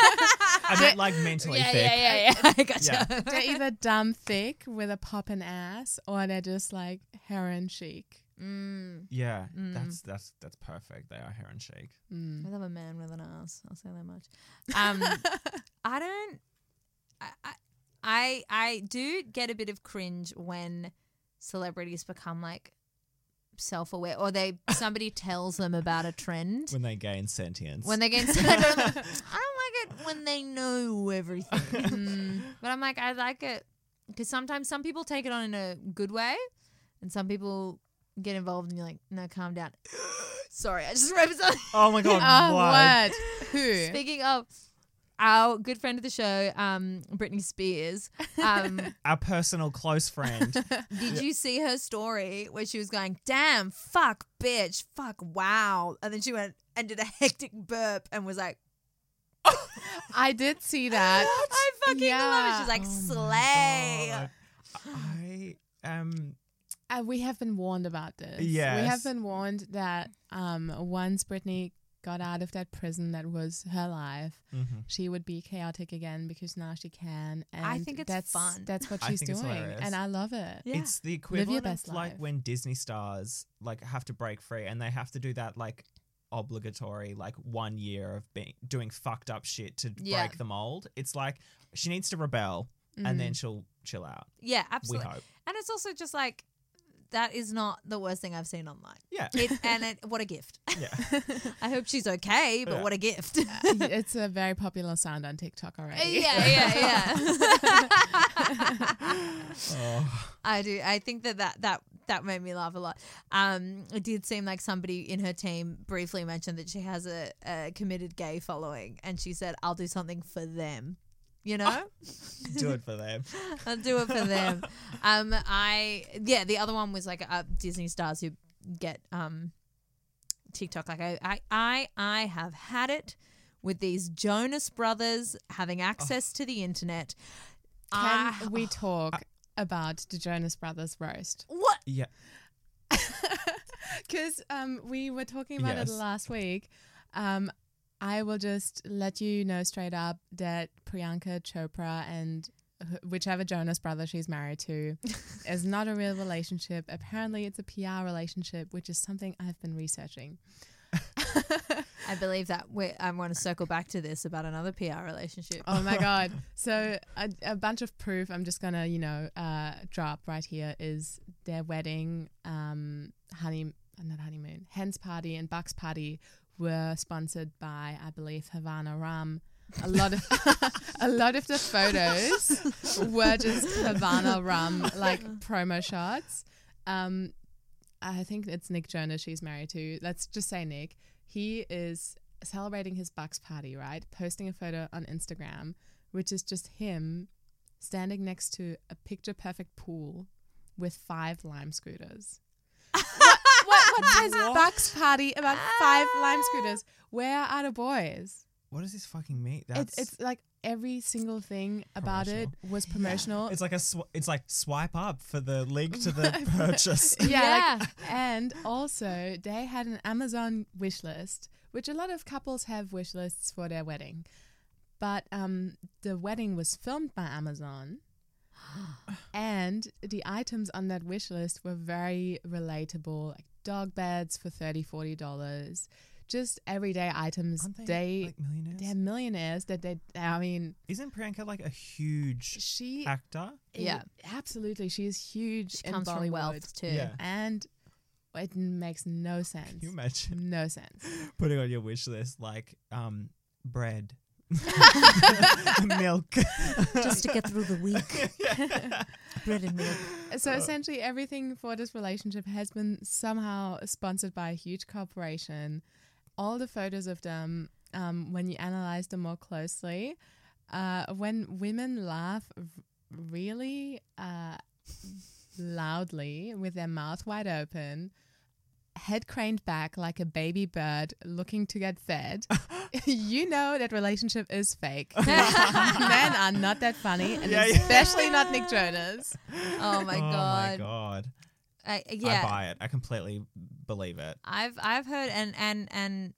Speaker 2: I meant like mentally thick.
Speaker 6: yeah, yeah. <laughs> I gotcha.
Speaker 3: <laughs>
Speaker 2: Yeah.
Speaker 3: They're either dumb thick with a poppin' ass, or they're just like heron chic.
Speaker 2: Yeah, that's that's that's perfect. They are heron shake.
Speaker 6: I love a man with an ass. I'll say that much. Um, I don't. I, I I I do get a bit of cringe when celebrities become like self-aware, or they somebody tells them about a trend
Speaker 2: When they gain sentience.
Speaker 6: when they get. I <laughs> don't like it when they know everything. <laughs> Mm. But I'm like, I like it because sometimes some people take it on in a good way, and some people get involved and you're like, no, calm <gasps> down. Sorry, I just remember something.
Speaker 2: oh my god,
Speaker 3: <laughs> Oh,
Speaker 2: why?
Speaker 3: what? Who?
Speaker 6: Speaking of our good friend of the show, um, Britney Spears,
Speaker 2: <laughs>
Speaker 6: um,
Speaker 2: Our personal close <laughs> friend.
Speaker 6: did you see her story where she was going, damn, fuck, bitch, fuck, wow? And then she went and did a hectic burp and was like,
Speaker 3: I did see <laughs> that.
Speaker 6: I fucking love it.
Speaker 3: Yeah.
Speaker 6: She's like,
Speaker 2: Oh God,
Speaker 6: slay.
Speaker 2: Oh, I um
Speaker 3: Uh, we have been warned about this. We
Speaker 2: Yes.
Speaker 3: have been warned that um, once Brittany got out of that prison that was her life,
Speaker 2: Mm. Mm-hmm.
Speaker 3: she would be chaotic again because now she can. And
Speaker 6: I think it's
Speaker 3: that's,
Speaker 6: fun.
Speaker 3: That's
Speaker 2: <laughs>
Speaker 3: what
Speaker 2: I
Speaker 3: she's
Speaker 2: think it's
Speaker 3: doing.
Speaker 2: hilarious.
Speaker 3: And I love it.
Speaker 6: Yeah.
Speaker 2: It's the
Speaker 3: your
Speaker 2: equivalent
Speaker 3: best
Speaker 2: of like
Speaker 3: life.
Speaker 2: when Disney stars like have to break free and they have to do that like obligatory like one year of being doing fucked up shit to
Speaker 6: Yeah.
Speaker 2: break the mold. It's like she
Speaker 3: Mm-hmm.
Speaker 2: needs to rebel and then she'll chill out.
Speaker 6: Yeah, absolutely.
Speaker 2: hope.
Speaker 6: And it's also just like that is not the worst thing I've seen online.
Speaker 2: Yeah.
Speaker 6: It, and it, what a
Speaker 2: <laughs>
Speaker 6: gift.
Speaker 3: <laughs>
Speaker 2: Yeah.
Speaker 6: I hope she's okay, but
Speaker 2: <laughs> Yeah.
Speaker 6: what a gift.
Speaker 3: it's a very popular sound on TikTok <laughs> already.
Speaker 6: yeah, yeah.
Speaker 2: Oh,
Speaker 6: I do. I think that that that that made me laugh a lot. Um, it did seem like somebody in her team briefly mentioned that she has a, a committed gay following, and she said, "I'll do something for them." You know,
Speaker 2: do it for them.
Speaker 6: I'll do it for them. Um, I yeah. The other one was like uh, Disney stars who get um TikTok. Like I I I, I have had it. With these Jonas brothers having access to the internet,
Speaker 3: Can
Speaker 6: I-
Speaker 3: we talk about the Jonas Brothers roast?
Speaker 6: what
Speaker 2: Yeah.
Speaker 3: Because um, we were talking about
Speaker 2: Yes.
Speaker 3: it last week. Um, I will just let you know straight up that Priyanka Chopra and wh- whichever Jonas brother she's married to is not a real relationship. Apparently, it's a PR relationship, which is something I've been researching.
Speaker 6: I believe that we I want to circle back to this about another PR relationship.
Speaker 3: Oh
Speaker 6: <laughs>
Speaker 3: my god! So a, a bunch of proof. I'm just gonna, you know, uh, drop right here is their wedding, um, honey, not honeymoon, hen's party and buck's party were sponsored by, I believe, Havana Rum. A lot of <laughs> a lot of the photos were just Havana Rum like promo shots. Um, I think it's Nick Jonas she's married to. Let's just say Nick. He is celebrating his bucks party, right? Posting a photo on Instagram, which is just him standing next to a picture perfect pool with five lime scooters. what, what, <laughs> what Ah. is bucks party about five lime scooters? Where are the boys?
Speaker 2: What does this fucking mean?
Speaker 3: It,
Speaker 2: That's
Speaker 3: it's like every single thing about it was promotional.
Speaker 2: It's like a sw- it's like swipe up for the link
Speaker 3: <laughs>
Speaker 2: to the purchase.
Speaker 3: yeah. like- <laughs> and also, they had an Amazon wish list, which a lot of couples have wish lists for their wedding. But um, the wedding was filmed
Speaker 6: <gasps>
Speaker 3: by Amazon, and the items on that wish list were very relatable, like dog beds for $30, $40. Just everyday items.
Speaker 2: Aren't they, like, millionaires?
Speaker 3: They're millionaires that they, I mean,
Speaker 2: Isn't Priyanka like a huge
Speaker 3: she,
Speaker 2: actor?
Speaker 6: Yeah.
Speaker 3: absolutely. She is huge
Speaker 6: She
Speaker 3: in
Speaker 6: comes
Speaker 3: Bollywood
Speaker 6: from wealth too.
Speaker 2: Yeah.
Speaker 3: and it makes no sense.
Speaker 2: Can you imagine <laughs>
Speaker 3: No sense.
Speaker 2: putting on your wish list like um
Speaker 6: <laughs>
Speaker 2: bread, <laughs> milk?
Speaker 6: <laughs> Oh Just to get through the <laughs> week. Bread and milk.
Speaker 3: So
Speaker 2: Uh.
Speaker 3: essentially, everything for this relationship has been somehow sponsored by a huge corporation. All the photos of them, um, when you analyze them more closely, uh, when women laugh r- really uh, loudly with their mouth wide open, head craned back like a baby bird looking to get
Speaker 2: <laughs>
Speaker 3: fed, you know that relationship is fake. Men are not that funny, and
Speaker 2: Yeah, yeah.
Speaker 3: especially not Nick Jonas.
Speaker 6: Oh my
Speaker 2: oh my
Speaker 6: god.
Speaker 2: god!
Speaker 6: I, yeah.
Speaker 2: I buy it. I completely believe it.
Speaker 6: I've I've heard and and and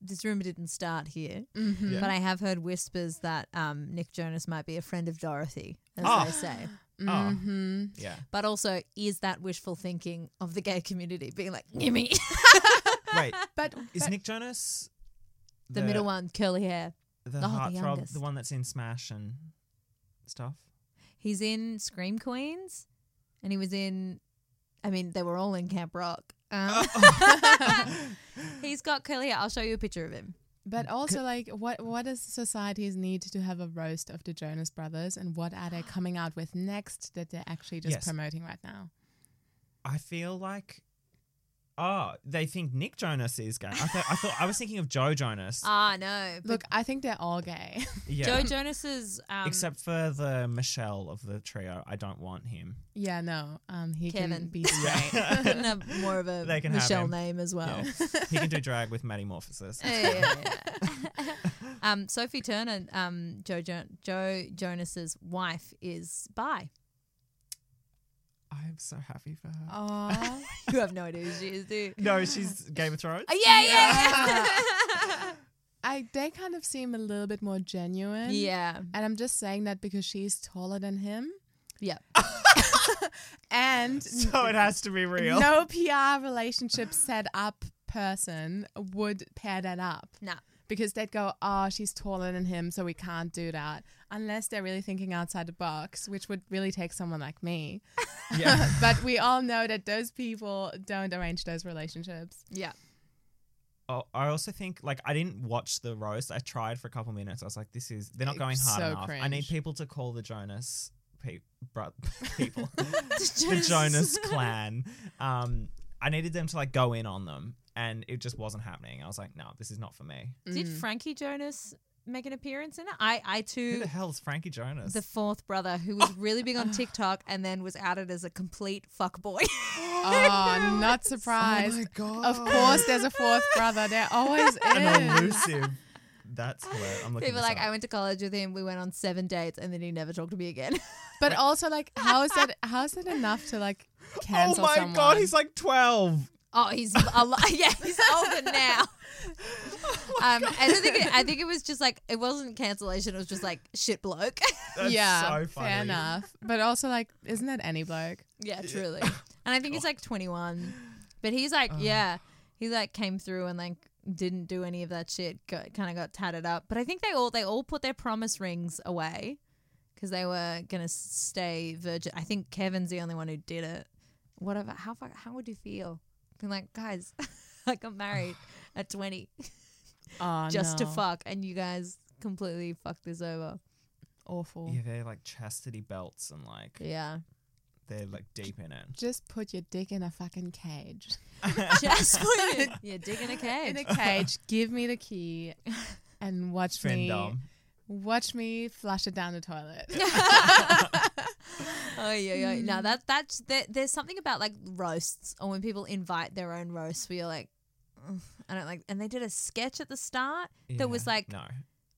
Speaker 6: this rumor didn't start here,
Speaker 3: Mm-hmm.
Speaker 2: Yeah.
Speaker 6: but I have heard whispers that um, Nick Jonas might be a friend of Dorothy, as
Speaker 2: Oh.
Speaker 6: they say.
Speaker 2: Oh.
Speaker 6: Mm-hmm.
Speaker 3: hmm
Speaker 2: Yeah.
Speaker 6: But also, is that wishful thinking of the gay community being like, give me
Speaker 2: Wait,
Speaker 3: But
Speaker 2: is Nick Jonas
Speaker 6: <laughs> the, middle one, curly hair?
Speaker 2: the
Speaker 6: the
Speaker 2: heartthrob,
Speaker 6: youngest.
Speaker 2: the one that's in Smash and stuff?
Speaker 6: He's in Scream Queens, and he was in. I mean, they were all in Camp Rock. Um,
Speaker 2: Oh.
Speaker 6: <laughs> he's got curly hair. I'll show you a picture of him.
Speaker 3: but also like what what is society's need to have a roast of the Jonas Brothers and what are
Speaker 6: <gasps>
Speaker 3: they coming out with next that they're actually just
Speaker 2: Yes.
Speaker 3: promoting right now?
Speaker 2: I feel like. Oh, they think Nick Jonas is gay. I thought I, thought, I was thinking of Joe Jonas.
Speaker 6: Ah, no. But
Speaker 3: Look, I think they're all gay. <laughs>
Speaker 2: yeah.
Speaker 6: Joe Jonas's um, <laughs>
Speaker 2: Except for the Michelle of the trio, I don't want him.
Speaker 3: yeah, no. Um he
Speaker 6: Kevin.
Speaker 3: can
Speaker 6: <laughs>
Speaker 3: be straight.
Speaker 2: <laughs>
Speaker 6: can have more of a
Speaker 2: They can have
Speaker 6: Michelle
Speaker 2: him.
Speaker 6: name as well.
Speaker 2: Yeah. he can do drag with metamorphosis.
Speaker 6: Yeah, yeah, yeah. <laughs> um, Sophie Turner, um, Joe jo- Joe Jonas's wife is bi. <laughs>
Speaker 2: I'm so happy for her.
Speaker 6: Oh,
Speaker 3: Aw.
Speaker 6: You have no idea who she is, do you?
Speaker 2: No, she's Game of Thrones.
Speaker 6: Uh, yeah, yeah,
Speaker 3: I they kind of seem a little bit more
Speaker 6: yeah.
Speaker 3: genuine.
Speaker 6: yeah,
Speaker 3: And I'm just saying that because she's taller than him
Speaker 6: <laughs> yeah. <laughs>
Speaker 2: <laughs>
Speaker 3: and
Speaker 2: So it has to be real.
Speaker 3: no PR relationship set up person would pair that up.
Speaker 6: Nah.
Speaker 3: because they'd go, oh, she's taller than him, so we can't do that. Unless they're really thinking outside the box, which would really take someone
Speaker 2: <laughs>
Speaker 3: like me.
Speaker 2: <laughs>
Speaker 6: <laughs>
Speaker 2: Yeah.
Speaker 3: but we all know that those people don't arrange those relationships.
Speaker 6: Yeah.
Speaker 2: Oh, I also think like I didn't watch the roast. I tried for a couple minutes. I was like, this is they're not going hard
Speaker 3: so
Speaker 2: enough. I
Speaker 3: cringe.
Speaker 2: need people to call the Jonas pe- bro- <laughs>
Speaker 6: <laughs>
Speaker 2: people, the
Speaker 6: Jonas.
Speaker 2: Jonas clan. Um, I needed them to like go in on them, and it just wasn't happening. I was like, no, this is not for me.
Speaker 6: Did Frankie Jonas make an appearance in it? I, I
Speaker 2: Who <laughs>
Speaker 6: too,
Speaker 2: the hell's Frankie Jonas?
Speaker 6: the fourth brother who was really big on TikTok and then was outed as a complete fuckboy.
Speaker 3: <laughs>
Speaker 6: <laughs>
Speaker 3: Oh, not surprised.
Speaker 2: God!
Speaker 3: Of course, there's a fourth brother. There
Speaker 2: <laughs>
Speaker 3: always
Speaker 2: an
Speaker 3: is.
Speaker 2: elusive.
Speaker 3: <laughs>
Speaker 2: That's hilarious. I'm looking.
Speaker 6: People
Speaker 2: this
Speaker 6: like,
Speaker 2: up.
Speaker 6: I went to college with him. We went on seven dates, and then he never talked to me again.
Speaker 3: But also, like, how is that? How is that enough
Speaker 2: <laughs>
Speaker 3: to like
Speaker 2: Oh
Speaker 3: cancel
Speaker 2: my
Speaker 3: someone?
Speaker 2: god! He's like twelve.
Speaker 6: <laughs> oh, <laughs> he's a lot. Yeah, he's <laughs> older now. um, I don't think. It, I think it was just like it wasn't cancellation. It was just like shit bloke. <laughs>
Speaker 2: That's
Speaker 3: yeah,
Speaker 2: so funny.
Speaker 3: fair enough. But also, like, isn't that any bloke?
Speaker 6: yeah,
Speaker 3: <laughs>
Speaker 6: truly. And I think he's like 21, but he's
Speaker 3: Uh.
Speaker 6: like, yeah, he like came through and like didn't do any of that shit. Got, kind of got tatted up. But I think they all they all put their promise rings away because they were gonna stay virgin. I think Kevin's the only one who did it. Whatever. How fu- how would you feel? Being like, guys, <laughs> I got
Speaker 3: <sighs>
Speaker 6: married at 20
Speaker 3: Oh,
Speaker 6: just
Speaker 3: no.
Speaker 6: to fuck, and you guys completely fucked this over.
Speaker 3: Awful.
Speaker 2: Yeah, they're like chastity belts and like
Speaker 6: Yeah.
Speaker 2: they're like deep in it.
Speaker 3: Just put your dick in a fucking cage.
Speaker 6: Just <laughs>
Speaker 3: <laughs>
Speaker 6: put it. You're digging a
Speaker 3: In
Speaker 6: cage.
Speaker 3: a cage. give me the key, and watch me.
Speaker 2: Findom.
Speaker 3: Watch me flush it down the toilet.
Speaker 6: Oh yeah, yeah. No, that that's there, there's something about like roasts or when people invite their own roasts where you're like, "Ugh, I don't like. And they did a sketch at the start that was
Speaker 2: Yeah.
Speaker 6: like
Speaker 2: no.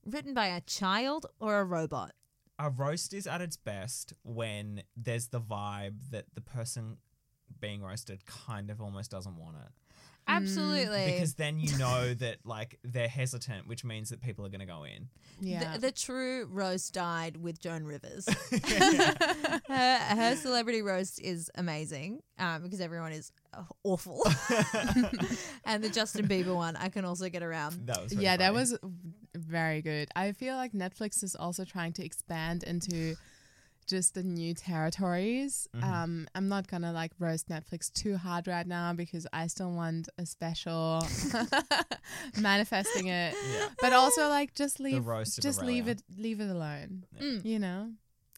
Speaker 6: written by a child or a robot.
Speaker 2: A roast is at its best when there's the vibe that the person being roasted kind of almost doesn't want it
Speaker 6: Absolutely.
Speaker 2: because then
Speaker 3: <laughs>
Speaker 2: you know that like they're hesitant, which means that people are going to go in.
Speaker 3: Yeah.
Speaker 6: the, the true roast died with Joan
Speaker 2: <laughs>
Speaker 6: Rivers. <laughs> her, her celebrity roast is amazing um, because everyone is
Speaker 2: <laughs>
Speaker 6: awful. <laughs> and the Justin Bieber one, I can also get around.
Speaker 2: That was really
Speaker 3: yeah, that
Speaker 2: funny.
Speaker 3: was very good. I feel like Netflix is also trying to expand into just the new territories.
Speaker 2: Mm-hmm.
Speaker 3: Um, I'm not gonna like roast Netflix too hard right now because I still want a special <laughs> manifesting
Speaker 2: <laughs>
Speaker 3: it. But also like just leave
Speaker 2: roast of
Speaker 3: just leave
Speaker 2: Aurelia.
Speaker 3: it leave it alone. You know?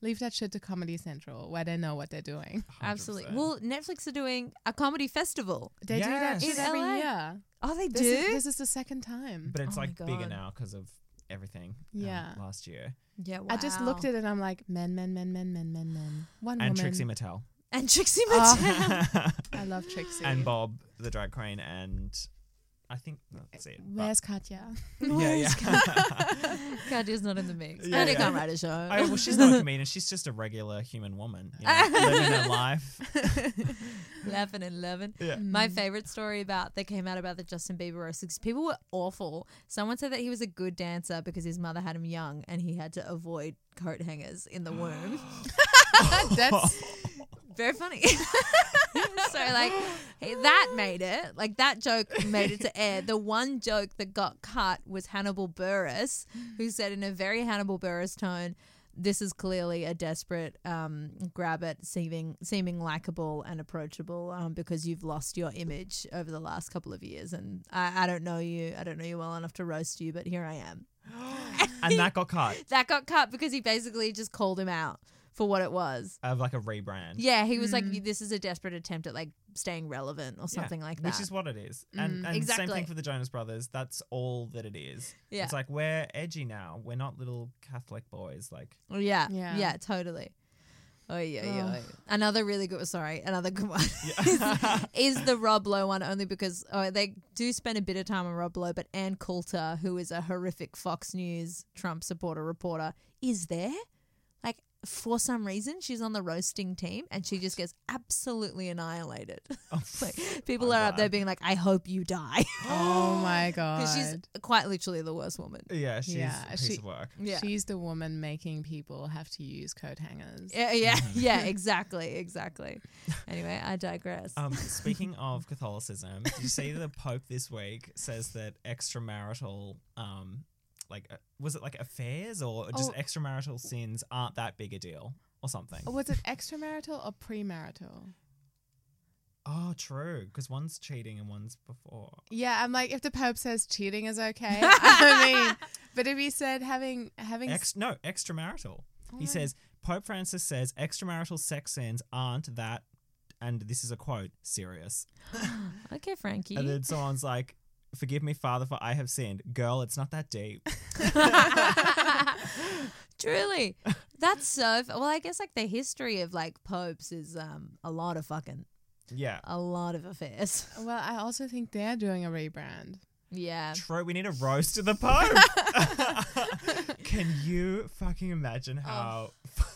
Speaker 3: Leave that shit to Comedy Central where they know what they're doing.
Speaker 6: Absolutely.
Speaker 2: 100%.
Speaker 6: Well, Netflix are doing a comedy festival.
Speaker 3: They do that
Speaker 2: Yes.
Speaker 3: shit
Speaker 6: In
Speaker 3: every
Speaker 6: LA.
Speaker 3: year.
Speaker 6: Oh, they
Speaker 3: This
Speaker 6: do.
Speaker 3: is, this is the second time.
Speaker 2: but it's
Speaker 6: Oh my
Speaker 2: like bigger
Speaker 6: God.
Speaker 2: now because of everything. um,
Speaker 3: Yeah.
Speaker 2: last year
Speaker 6: Yeah,
Speaker 3: I just looked
Speaker 6: wow.
Speaker 3: at it and I'm like, men, men, men, men, men, men, men. One
Speaker 2: and
Speaker 3: woman.
Speaker 2: Trixie Mattel
Speaker 6: <laughs> and Trixie
Speaker 3: Oh.
Speaker 6: <laughs> Mattel.
Speaker 3: I love Trixie.
Speaker 2: and Bob the drag queen and I think that's it. but-
Speaker 3: Where's Katya?
Speaker 2: <laughs> yeah,
Speaker 6: <laughs>
Speaker 2: yeah. <laughs>
Speaker 6: Katya's not in the mix.
Speaker 2: Yeah,
Speaker 6: Katya
Speaker 2: yeah.
Speaker 6: can't write a show. <laughs>
Speaker 2: I, well, she's not a comedian. She's just a regular human woman, you know, living her life.
Speaker 6: Laughing and loving.
Speaker 2: Yeah.
Speaker 6: My favorite story about that came out about the Justin Bieber roast because people were awful. Someone said that he was a good dancer because his mother had him young and he had to avoid coat hangers <gasps> in the womb.
Speaker 3: That's
Speaker 2: Oh.
Speaker 6: Very funny. <laughs> so like hey, that made it. Like that joke made it to air. The one joke that got cut was Hannibal Burris, who said in a very Hannibal Burris tone, "This is clearly a desperate um, grab at seeming seeming likable and approachable um, because you've lost your image over the last couple of years, and I, I don't know you. I don't know you well enough to roast you, but here I am."
Speaker 2: And that got cut
Speaker 6: That got cut because he basically just called him out for what it was.
Speaker 2: of like a rebrand.
Speaker 6: Yeah, he was like, "This is a desperate attempt at like staying relevant or
Speaker 2: Mm. Yeah,
Speaker 6: something like that." Mm,
Speaker 2: Which is what it is. And, and same
Speaker 6: exactly.
Speaker 2: thing for the Jonas Brothers. That's all that it is.
Speaker 6: Yeah.
Speaker 2: It's like we're edgy now. We're not little Catholic boys. Like
Speaker 6: yeah,
Speaker 3: Yeah.
Speaker 6: yeah, totally. Oh yeah, yeah. Another really good. Sorry, another good one <laughs>
Speaker 2: <laughs>
Speaker 6: is, is the Rob Lowe one, only because oh, they do spend a bit of time on Rob Lowe, but Ann Coulter, who is a horrific Fox News Trump supporter reporter, is there. Like for some reason, she's on the roasting team and she just gets absolutely annihilated.
Speaker 2: Oh,
Speaker 6: It's <laughs>
Speaker 2: <laughs>
Speaker 6: like, people are up there being like, I hope you die.
Speaker 3: Oh <gasps> my god.
Speaker 6: Because she's quite literally the worst woman.
Speaker 2: Yeah, she's
Speaker 3: Yeah,
Speaker 2: a piece
Speaker 3: she-
Speaker 2: of work.
Speaker 6: Yeah.
Speaker 3: She's the woman making people have to use coat hangers.
Speaker 6: <laughs> Yeah,
Speaker 2: <laughs>
Speaker 6: yeah, yeah, exactly, exactly. Anyway, I digress.
Speaker 2: Um, speaking of Catholicism, did you see the Pope this week says that extramarital, um, like uh, was it like affairs or just
Speaker 3: Oh.
Speaker 2: extramarital sins aren't that big a deal or something? Oh,
Speaker 3: Was it extramarital or premarital?
Speaker 2: Oh, true, because one's cheating and one's before.
Speaker 3: Yeah, I'm like, if the Pope says cheating is <laughs> okay, I mean, but if he said having having s-
Speaker 2: Ex- no, extramarital. he says Pope Francis says extramarital sex sins aren't that, and this is a quote, serious.
Speaker 6: okay, Frankie.
Speaker 2: And then someone's like, "Forgive me, Father, for I have sinned." Girl, it's not that deep. <laughs>
Speaker 6: Truly, that's so. f- Well, I guess like the history of like popes is um a lot of fucking,
Speaker 2: Yeah.
Speaker 6: a lot of affairs. <laughs>
Speaker 3: well, I also think they're doing a rebrand.
Speaker 6: Yeah.
Speaker 2: True, we need a roast of the Pope. <laughs> Can you fucking imagine
Speaker 3: Oh.
Speaker 2: how funny?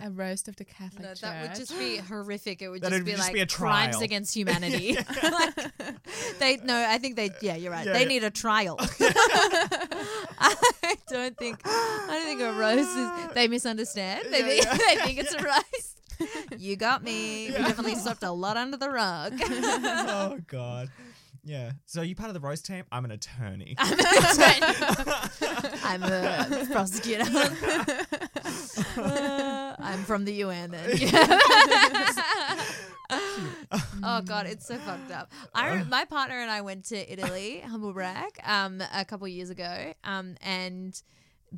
Speaker 3: A roast of the Catholic Church.
Speaker 6: that would just
Speaker 2: <gasps>
Speaker 6: be horrific. It would
Speaker 2: That
Speaker 6: just
Speaker 2: it'd
Speaker 6: be
Speaker 2: just
Speaker 6: like
Speaker 2: be a
Speaker 6: crimes
Speaker 2: trial. <laughs>
Speaker 6: against humanity. <laughs> like, they no, I think they. Yeah, you're right.
Speaker 2: Yeah,
Speaker 6: they
Speaker 2: yeah.
Speaker 6: need a
Speaker 2: <laughs>
Speaker 6: trial. <laughs> I don't think. I don't think a roast is. They misunderstand. They, think, <laughs> they think
Speaker 2: <laughs>
Speaker 6: it's a roast. <laughs> You got me. We definitely swept a lot under the
Speaker 2: <laughs>
Speaker 6: rug.
Speaker 2: Oh god. Yeah. So are you part of the roast team? I'm an
Speaker 3: <laughs>
Speaker 2: attorney.
Speaker 6: <laughs> I'm a
Speaker 2: <laughs>
Speaker 6: prosecutor. Uh, I'm from the UN.
Speaker 2: <laughs>
Speaker 6: Then. oh god, it's so fucked up. I rem- my partner and I went to Italy, humble brag, um, a couple years ago, um, and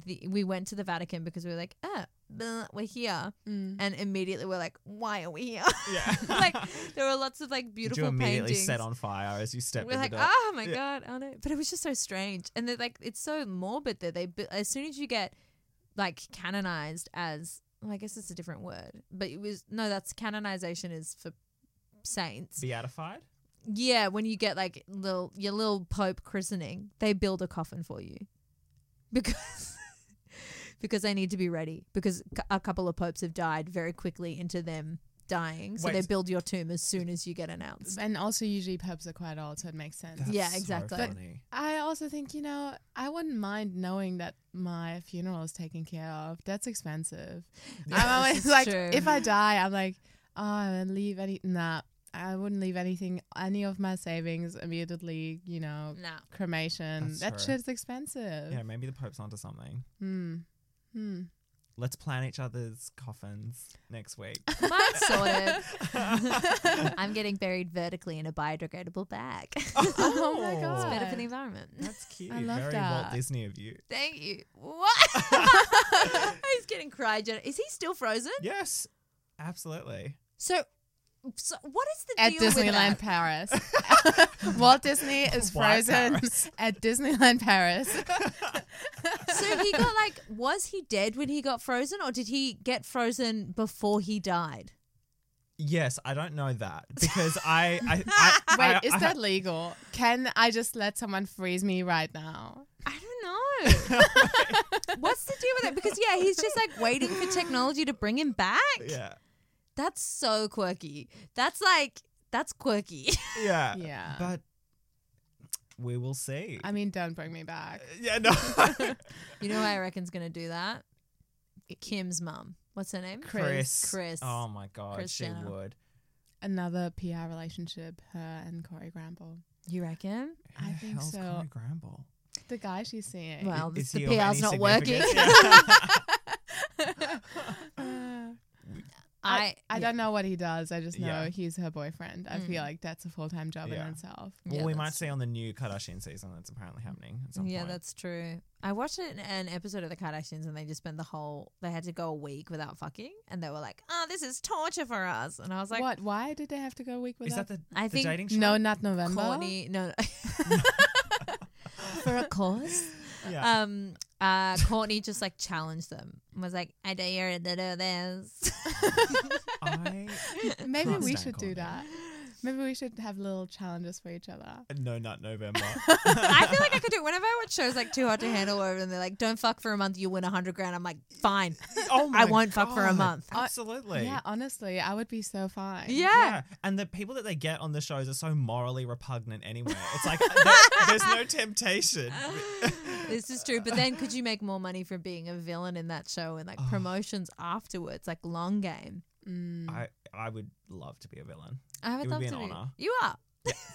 Speaker 6: the, we went to the Vatican because we were like, ah, bleh, we're here, and immediately we're like, why are we here?
Speaker 2: Yeah.
Speaker 6: <laughs> like there were lots of like
Speaker 2: Did
Speaker 6: beautiful
Speaker 2: you immediately
Speaker 6: paintings.
Speaker 2: set on fire as you stepped
Speaker 6: We're
Speaker 2: in
Speaker 6: like,
Speaker 2: the door?
Speaker 3: "Ah!"
Speaker 6: oh my god, oh no! But it was just so strange, and they're like, it's so morbid that they. bu- As soon as you get like canonized as, well, I guess it's a different word, but it was no, that's canonization is for saints.
Speaker 2: Beatified?
Speaker 6: Yeah, when you get like little your little pope christening, they build a coffin for you because <laughs> because they need to be ready because c- a couple of popes have died very quickly into them dying, so
Speaker 2: Wait.
Speaker 6: they build your tomb as soon as you get announced.
Speaker 3: and also, usually pubs are quite old, so it makes sense.
Speaker 2: That's
Speaker 6: Yeah,
Speaker 2: so
Speaker 6: exactly. But-
Speaker 2: funny.
Speaker 3: I also think, you know, I wouldn't mind knowing that my funeral is taken care of. That's expensive. I'm
Speaker 6: This
Speaker 3: always
Speaker 6: is
Speaker 3: like,
Speaker 6: true.
Speaker 3: if I die, I'm like, oh, I wouldn't leave any. Nah, I wouldn't leave anything, any of my savings immediately, you know,
Speaker 6: Nah.
Speaker 3: cremation.
Speaker 2: That's
Speaker 3: that
Speaker 2: true.
Speaker 3: shit's expensive.
Speaker 2: Yeah, maybe the Pope's onto something.
Speaker 3: Hmm. Hmm.
Speaker 2: Let's plan each other's coffins next
Speaker 3: <laughs>
Speaker 2: week.
Speaker 6: Mine's sorted. <laughs> I'm getting buried vertically in a biodegradable bag. <laughs>
Speaker 3: Oh
Speaker 2: Oh.
Speaker 3: my
Speaker 2: It's
Speaker 3: God.
Speaker 6: Better for the environment.
Speaker 2: That's cute.
Speaker 3: I love
Speaker 2: Very Walt
Speaker 3: that.
Speaker 2: Disney of you.
Speaker 6: Thank <laughs> you. What? He's getting cryogenic. Is he still frozen?
Speaker 2: Yes. Absolutely.
Speaker 6: So, so what is the
Speaker 3: at
Speaker 6: deal with that?
Speaker 3: Disneyland
Speaker 2: <laughs>
Speaker 3: Paris. <laughs> Walt Disney is
Speaker 2: Why
Speaker 3: frozen
Speaker 2: Paris?
Speaker 3: at Disneyland Paris.
Speaker 6: So he <laughs> got like, was he dead when he got frozen, or did he get frozen before he died?
Speaker 2: Yes, I don't know that because I. I, I
Speaker 3: <laughs> Wait,
Speaker 2: I-
Speaker 3: is
Speaker 2: I-
Speaker 3: that legal? Can I just let someone freeze me right now?
Speaker 6: I don't know. <laughs> What's the deal with it? Because yeah, he's just like waiting for technology to bring him back.
Speaker 2: Yeah.
Speaker 6: That's so quirky. That's like that's quirky. <laughs>
Speaker 2: Yeah.
Speaker 3: Yeah.
Speaker 2: But we will see.
Speaker 3: I mean, don't bring me back.
Speaker 2: <laughs> yeah, no.
Speaker 6: You know who I reckon's gonna do that? Kim's mum. What's her name?
Speaker 2: Chris.
Speaker 6: Chris.
Speaker 2: Oh my god,
Speaker 6: Chris
Speaker 2: she
Speaker 6: Jenner.
Speaker 2: would.
Speaker 3: Another PR relationship, her and Corey Gramble.
Speaker 6: You reckon?
Speaker 3: I
Speaker 2: Who the
Speaker 3: think
Speaker 2: hell's
Speaker 3: so.
Speaker 2: Corey Gramble?
Speaker 3: The guy she's seeing.
Speaker 6: Well,
Speaker 2: Is
Speaker 6: Oh, the
Speaker 2: he of
Speaker 6: PR's
Speaker 2: any
Speaker 6: not working. <laughs>
Speaker 2: <laughs> significance?
Speaker 6: I,
Speaker 3: I don't know what he does. I just know
Speaker 2: Yeah.
Speaker 3: he's her boyfriend. I
Speaker 6: Mm.
Speaker 3: feel like that's a full time job
Speaker 2: Yeah.
Speaker 3: in itself.
Speaker 2: well,
Speaker 6: Yeah,
Speaker 2: we might
Speaker 6: that's-
Speaker 2: see on the new Kardashian season that's apparently happening at some
Speaker 6: Yeah,
Speaker 2: point.
Speaker 6: that's true. I watched an, an episode of the Kardashians and they just spent the whole they had to go a week without fucking and they were like, Oh, this is torture for us and I was like
Speaker 3: what? Why did they have to go a week
Speaker 2: Is
Speaker 3: without?
Speaker 2: that the,
Speaker 6: I
Speaker 2: the
Speaker 6: think-
Speaker 2: dating show?
Speaker 3: no, not November.
Speaker 6: Courtney no no. for a cause.
Speaker 2: <laughs> Yeah.
Speaker 6: Um uh Courtney just like challenged them and was like, I dare you to do this. <laughs>
Speaker 2: I,
Speaker 3: Maybe
Speaker 2: Can't
Speaker 3: we
Speaker 2: stand
Speaker 3: should
Speaker 2: Courtney.
Speaker 3: do that. Maybe we should have little challenges for each other.
Speaker 2: No
Speaker 6: <laughs>
Speaker 2: Nut November.
Speaker 6: I feel like I could do it whenever I watch shows like Too Hard to Handle over and they're like, don't fuck for a month, you'll win a hundred grand. I'm like, fine.
Speaker 2: <laughs> oh
Speaker 6: I won't fuck for a
Speaker 2: God.
Speaker 6: month.
Speaker 2: Absolutely.
Speaker 3: Yeah, honestly, I would be so fine.
Speaker 6: Yeah.
Speaker 2: Yeah. And the people that they get on the shows are so morally repugnant anyway.
Speaker 6: <laughs>
Speaker 2: It's like there- there's no temptation.
Speaker 6: This is true. But then could you make more money from being a villain in that show and like
Speaker 2: Oh.
Speaker 6: promotions afterwards, like long game?
Speaker 2: I, I would love to be a villain.
Speaker 6: I would
Speaker 2: It would
Speaker 6: love
Speaker 2: be
Speaker 6: to
Speaker 2: an
Speaker 6: do-
Speaker 2: honor.
Speaker 6: You are.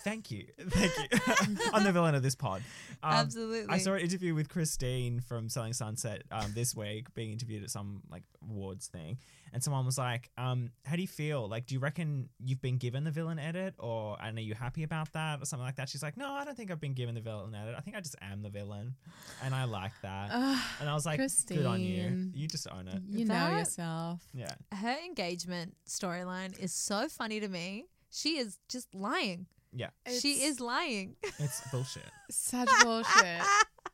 Speaker 2: Thank you. Thank you. <laughs> I'm the villain of this pod. Um,
Speaker 6: Absolutely.
Speaker 2: I saw an interview with Christine from Selling Sunset um, this week, being interviewed at some like awards thing, and someone was like, um, "How do you feel? Like, do you reckon you've been given the villain edit, or and are you happy about that, or something like that?" She's like, "No, I don't think I've been given the villain edit. I think I just am the villain, and I like that." and I was like, "Good on you.
Speaker 3: Christine.
Speaker 2: You just own it."
Speaker 3: You know
Speaker 6: That-
Speaker 3: yourself.
Speaker 2: Yeah.
Speaker 6: Her engagement storyline is so funny to me. She is just lying.
Speaker 2: Yeah.
Speaker 6: she
Speaker 3: It's-
Speaker 6: is lying. <laughs>
Speaker 2: It's bullshit.
Speaker 3: Such bullshit.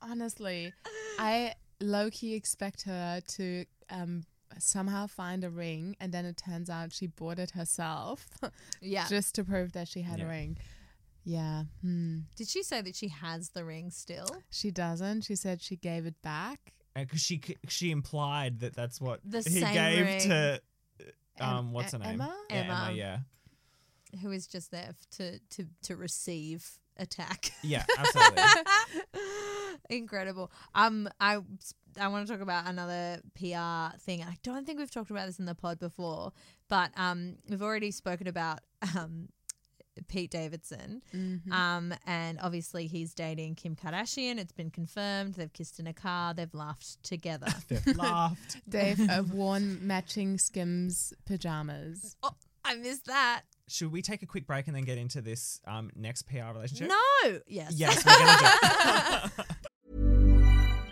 Speaker 3: Honestly, I low key expect her to um, somehow find a ring, and then it turns out she bought it herself <laughs>
Speaker 6: yeah.
Speaker 3: just to prove that she had
Speaker 2: Yeah.
Speaker 3: a ring. Yeah, hmm.
Speaker 6: Did she say that she has the ring still?
Speaker 3: she doesn't. She said she gave it back.
Speaker 6: <laughs>
Speaker 2: Because she c- she implied that that's what
Speaker 6: The
Speaker 2: he
Speaker 6: same
Speaker 2: gave
Speaker 6: ring.
Speaker 2: to
Speaker 3: Em-
Speaker 2: um what's her
Speaker 3: E-
Speaker 2: name
Speaker 3: Emma?
Speaker 2: Yeah, Emma
Speaker 6: Emma.
Speaker 2: yeah
Speaker 6: Who is just there f- to to to receive attack?
Speaker 2: yeah absolutely
Speaker 6: Incredible. Um, I I want to talk about another PR thing. I don't think we've talked about this in the pod before, but um, we've already spoken about um, Pete Davidson. Um, and obviously he's dating Kim Kardashian. It's been confirmed. They've kissed in a car. They've laughed together.
Speaker 2: They've laughed.
Speaker 3: They've uh, worn matching Skims pajamas.
Speaker 6: oh, I missed that.
Speaker 2: Should we take a quick break and then get into this um, next PR relationship?
Speaker 6: No. Yes.
Speaker 2: Yes, we're gonna do. it. <laughs>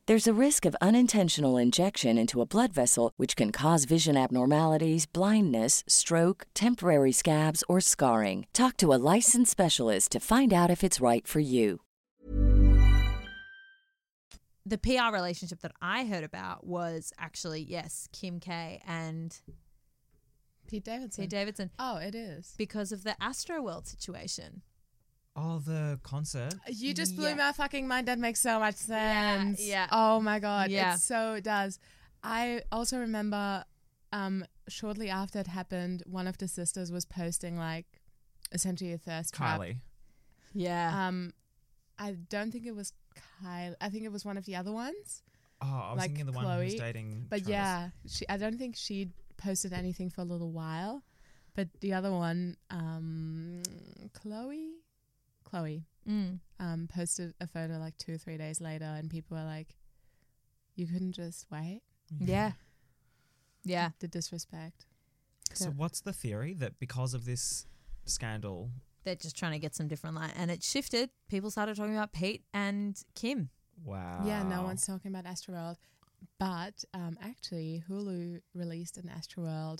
Speaker 7: There's a risk of unintentional injection into a blood vessel, which can cause vision abnormalities, blindness, stroke, temporary scabs, or scarring. Talk to a licensed specialist to find out if it's right for you.
Speaker 6: <laughs> the PR relationship that I heard about was actually yes, Kim K and
Speaker 3: Pete Davidson.
Speaker 6: Pete Davidson
Speaker 3: oh, it is.
Speaker 6: because of the Astro World situation.
Speaker 2: Oh, the concert.
Speaker 3: You just blew
Speaker 6: Yeah.
Speaker 3: my fucking mind. That makes so much sense.
Speaker 6: yeah.
Speaker 3: Oh my god.
Speaker 6: Yeah.
Speaker 3: It so does. I also remember um shortly after it happened, one of the sisters was posting like essentially a thirst trap.
Speaker 2: Kylie.
Speaker 6: Yeah.
Speaker 3: Um I don't think it was Kylie. I think it was one of the other ones.
Speaker 2: Oh, I was
Speaker 3: Like
Speaker 2: thinking the one who's
Speaker 3: Chloe,
Speaker 2: dating.
Speaker 3: But
Speaker 2: Mm, Travis.
Speaker 3: yeah, she I don't think she posted anything for a little while. But the other one, um Chloe? Chloe.
Speaker 6: mm.
Speaker 3: um, posted a photo like two or three days later, and people were like, "You couldn't just wait."
Speaker 6: Yeah. Yeah.
Speaker 3: The disrespect.
Speaker 2: So what's the theory that because of this scandal?
Speaker 6: They're just trying to get some different light. And it shifted. People started talking about Pete and Kim.
Speaker 2: Wow.
Speaker 3: Yeah, no one's talking about Astroworld, but um, actually, Hulu released an Astroworld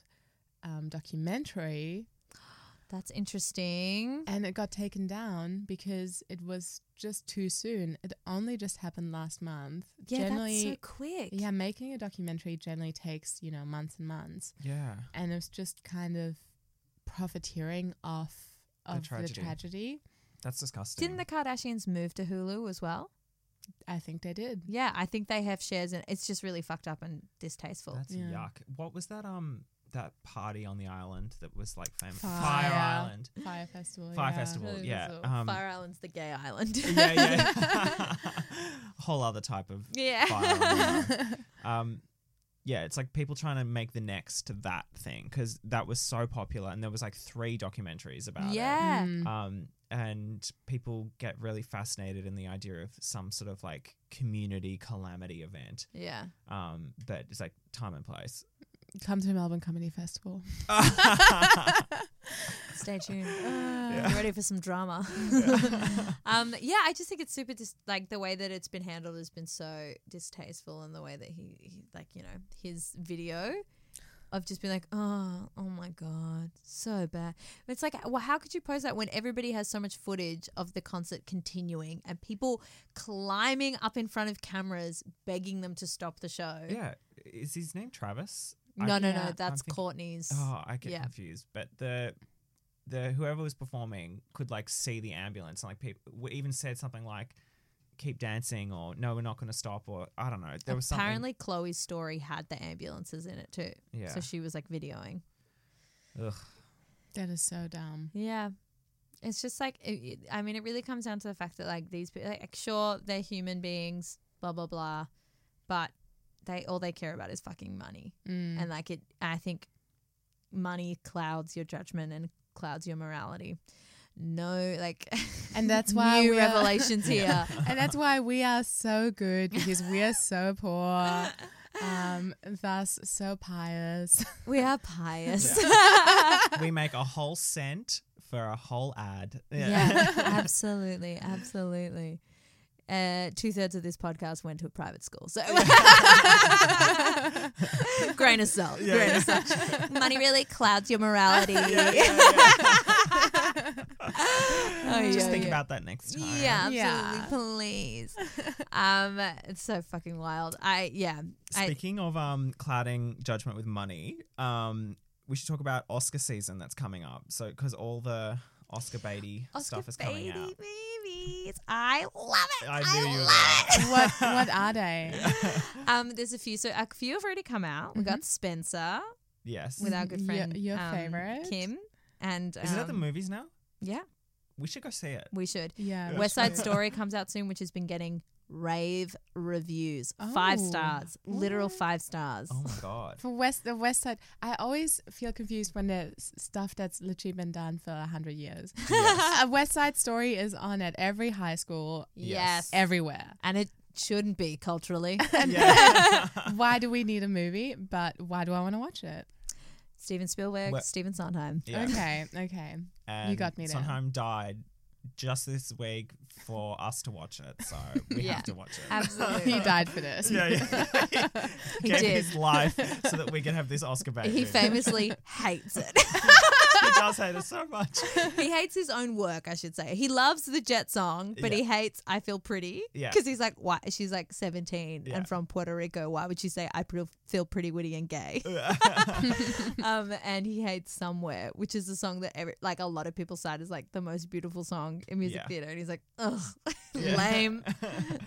Speaker 3: um, documentary
Speaker 6: That's interesting.
Speaker 3: And it got taken down because it was just too soon. It only just happened last month.
Speaker 6: Yeah, that's so quick.
Speaker 3: Yeah, making a documentary generally takes, you know, months and months.
Speaker 2: Yeah.
Speaker 3: And it was just kind of profiteering off
Speaker 2: The
Speaker 3: of the
Speaker 2: tragedy.
Speaker 3: tragedy.
Speaker 2: That's disgusting.
Speaker 6: Didn't the Kardashians move to Hulu as well?
Speaker 3: I think they did.
Speaker 6: Yeah, I think they have shares, and it's just really fucked up and distasteful.
Speaker 2: That's yuck. What was that um that party on the island that was like famous?
Speaker 3: Fire.
Speaker 2: Fire Island.
Speaker 3: Fire Festival.
Speaker 2: Fire
Speaker 3: yeah.
Speaker 2: Festival. Yeah. Um,
Speaker 6: Fire Island's the gay island.
Speaker 2: yeah,
Speaker 6: <laughs>
Speaker 2: yeah. <laughs> Whole other type of
Speaker 6: Yeah.
Speaker 2: fire on the
Speaker 6: <laughs>
Speaker 2: island. um, yeah, it's like people trying to make the next to that thing because that was so popular, and there was like three documentaries about
Speaker 6: Yeah.
Speaker 2: it.
Speaker 6: Mm.
Speaker 2: Um, and people get really fascinated in the idea of some sort of like community calamity event.
Speaker 6: Yeah.
Speaker 2: Um, but it's like time and place. <laughs>
Speaker 3: Come to Melbourne Comedy Festival.
Speaker 6: Stay
Speaker 2: <laughs>
Speaker 6: tuned.
Speaker 3: Yeah.
Speaker 6: You're ready for some drama. <laughs> um, yeah, I just think it's super dis- like the way that it's been handled has been so distasteful, and the way that he, he like you know his video of just being like, oh, oh my god, so bad. It's like, well, how could you post that when everybody has so much footage of the concert continuing and people climbing up in front of cameras begging them to stop the show?
Speaker 2: Yeah, is his name Travis? I-
Speaker 6: No, no,
Speaker 2: I'm
Speaker 6: no. That's
Speaker 2: thinking-
Speaker 6: Courtney's.
Speaker 2: Oh, I get
Speaker 6: yeah.
Speaker 2: confused. But the the whoever was performing could like see the ambulance and like people even said something like keep dancing or no we're not going to stop or I don't know. There was something
Speaker 6: Apparently, Chloe's story had the ambulances in it too.
Speaker 2: Yeah.
Speaker 6: So she was like videoing.
Speaker 2: Ugh.
Speaker 3: That is so dumb.
Speaker 6: Yeah. It's just like, it, it- I mean, it really comes down to the fact that, like, these people, like, sure, they're human beings, blah, blah, blah. But they, all they care about is fucking money.
Speaker 3: Mm.
Speaker 6: And, like, it, I think money clouds your judgment and clouds your morality. No, like,
Speaker 3: And that's why
Speaker 6: new
Speaker 3: we
Speaker 2: <laughs>
Speaker 3: are-
Speaker 6: revelations here.
Speaker 3: <laughs> and that's why we are so good because we are so
Speaker 6: <laughs>
Speaker 3: poor, um, thus so
Speaker 2: <laughs>
Speaker 3: pious.
Speaker 6: We are pious.
Speaker 2: we make a whole cent for a whole ad.
Speaker 6: Yeah, absolutely, absolutely. Uh, two thirds of this podcast went to a private school, so <laughs> grain of salt. Grain of salt. Money really clouds your morality. <laughs> Oh,
Speaker 2: <laughs> Just
Speaker 6: yeah,
Speaker 2: think
Speaker 6: yeah.
Speaker 2: about that next time.
Speaker 6: Yeah, absolutely.
Speaker 3: Yeah.
Speaker 6: Please. Um, it's so fucking wild. I yeah. I,
Speaker 2: Speaking of um clouding judgment with money, um we should talk about Oscar season that's coming up. So because all the Oscar Beatty stuff is coming
Speaker 6: baby,
Speaker 2: out.
Speaker 6: babies. I love it. I,
Speaker 2: I knew you were
Speaker 6: love it.
Speaker 3: what what are they?
Speaker 2: <laughs>
Speaker 6: Um, there's a few. So a few have already come out. We got Spencer
Speaker 2: Yes.
Speaker 6: with our
Speaker 3: Y-
Speaker 6: good friend,
Speaker 3: Mm-hmm. your
Speaker 6: um,
Speaker 3: favourite?
Speaker 6: Kim, and
Speaker 2: Is it at the
Speaker 6: um,
Speaker 2: movies now?
Speaker 6: Yeah,
Speaker 2: We should go see it.
Speaker 6: we should.
Speaker 3: Yeah,
Speaker 6: West
Speaker 3: which
Speaker 6: Side
Speaker 3: one?
Speaker 6: Story comes out soon, which has been getting rave reviews. Five
Speaker 3: Oh.
Speaker 6: stars, literal five stars.
Speaker 2: Oh my
Speaker 6: <laughs>
Speaker 2: god.
Speaker 3: For West the West Side, I always feel confused when there's stuff that's literally been done for a hundred years. <laughs> a West Side Story is on at every high school,
Speaker 6: Yes.
Speaker 2: <laughs>
Speaker 3: everywhere.
Speaker 6: And it shouldn't be
Speaker 3: <laughs>
Speaker 6: culturally. <laughs>
Speaker 3: why do we need a movie? But why do I want to watch it?
Speaker 6: Steven Spielberg,
Speaker 2: Well-
Speaker 6: Steven Sondheim.
Speaker 2: Yeah.
Speaker 3: Okay, okay.
Speaker 2: And
Speaker 3: got me there. <laughs>
Speaker 2: Sondheim died just this week for us to watch it, so we
Speaker 6: Yeah.
Speaker 2: have to watch it.
Speaker 6: Absolutely.
Speaker 3: he died for
Speaker 2: <laughs>
Speaker 3: this.
Speaker 2: yeah, yeah.
Speaker 6: <laughs> He
Speaker 2: Gave
Speaker 6: did.
Speaker 2: his life so that we can have this Oscar baby.
Speaker 6: He famously hates it.
Speaker 2: he does hate us so
Speaker 6: <laughs>
Speaker 2: much. <laughs>
Speaker 6: he hates his own work, I should say. He loves the Jet song, but he hates I Feel Pretty.
Speaker 2: Yeah.
Speaker 6: Because he's like, why? She's like 17
Speaker 2: Yeah.
Speaker 6: and from Puerto Rico. Why would she say I pre- feel pretty, witty, and
Speaker 2: <laughs>
Speaker 6: gay? <laughs> um, and he hates Somewhere, which is a song that every, like a lot of people cite as like the most beautiful song in music
Speaker 2: Yeah.
Speaker 6: theater. And he's like, ugh, <laughs>
Speaker 2: Yeah.
Speaker 6: lame.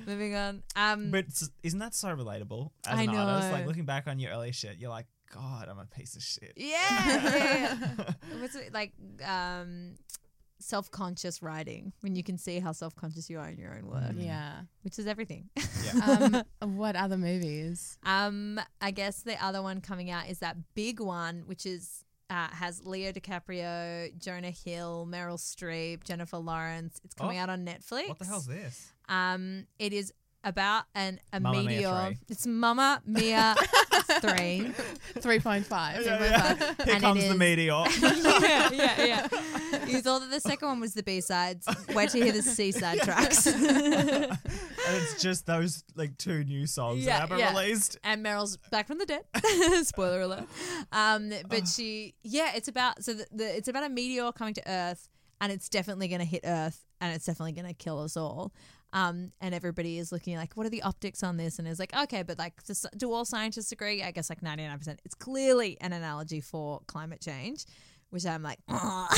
Speaker 6: Moving on. Um,
Speaker 2: <laughs> But s- isn't that so relatable as
Speaker 6: I
Speaker 2: an artist? Like
Speaker 6: know.
Speaker 2: looking back on your early shit, you're like, God, I'm a piece of shit.
Speaker 6: yeah. yeah, yeah. What's it like? Um, self-conscious writing when you can see how self-conscious you are in your own work
Speaker 2: Mm.
Speaker 3: Yeah.
Speaker 6: which is everything <laughs>
Speaker 3: Um, <laughs> what
Speaker 2: <laughs>
Speaker 3: other movies?
Speaker 6: Um, I guess the other one coming out is that big one, which is uh, has Leo DiCaprio, Jonah Hill, Meryl Streep, Jennifer Lawrence. It's coming
Speaker 2: Oh.
Speaker 6: out on Netflix.
Speaker 2: <laughs> What the hell's this?
Speaker 6: Um, it is about an a
Speaker 2: Mamma Mia
Speaker 6: meteor.
Speaker 2: three.
Speaker 6: It's Mama
Speaker 2: <laughs>
Speaker 6: Mia three.
Speaker 3: 3.5.
Speaker 2: Here
Speaker 6: And it
Speaker 2: comes the <laughs>
Speaker 6: is- <laughs>
Speaker 2: meteor.
Speaker 6: yeah, yeah, yeah. You thought that the second one was the B sides. Wait till you hear the C
Speaker 2: <laughs>
Speaker 6: side tracks. <laughs>
Speaker 2: and it's just those like two new songs that haven't released.
Speaker 6: And Meryl's back from the dead. <laughs> Spoiler alert. Um, but she, yeah, it's about so the, the, it's about a meteor coming to Earth, and it's definitely going to hit Earth, and it's definitely going to kill us all. Um, and everybody is looking like, what are the optics on this? And it's like, okay, but like, this, do all scientists agree? I guess like ninety nine percent. It's clearly an analogy for climate change. Which I'm like, <laughs> I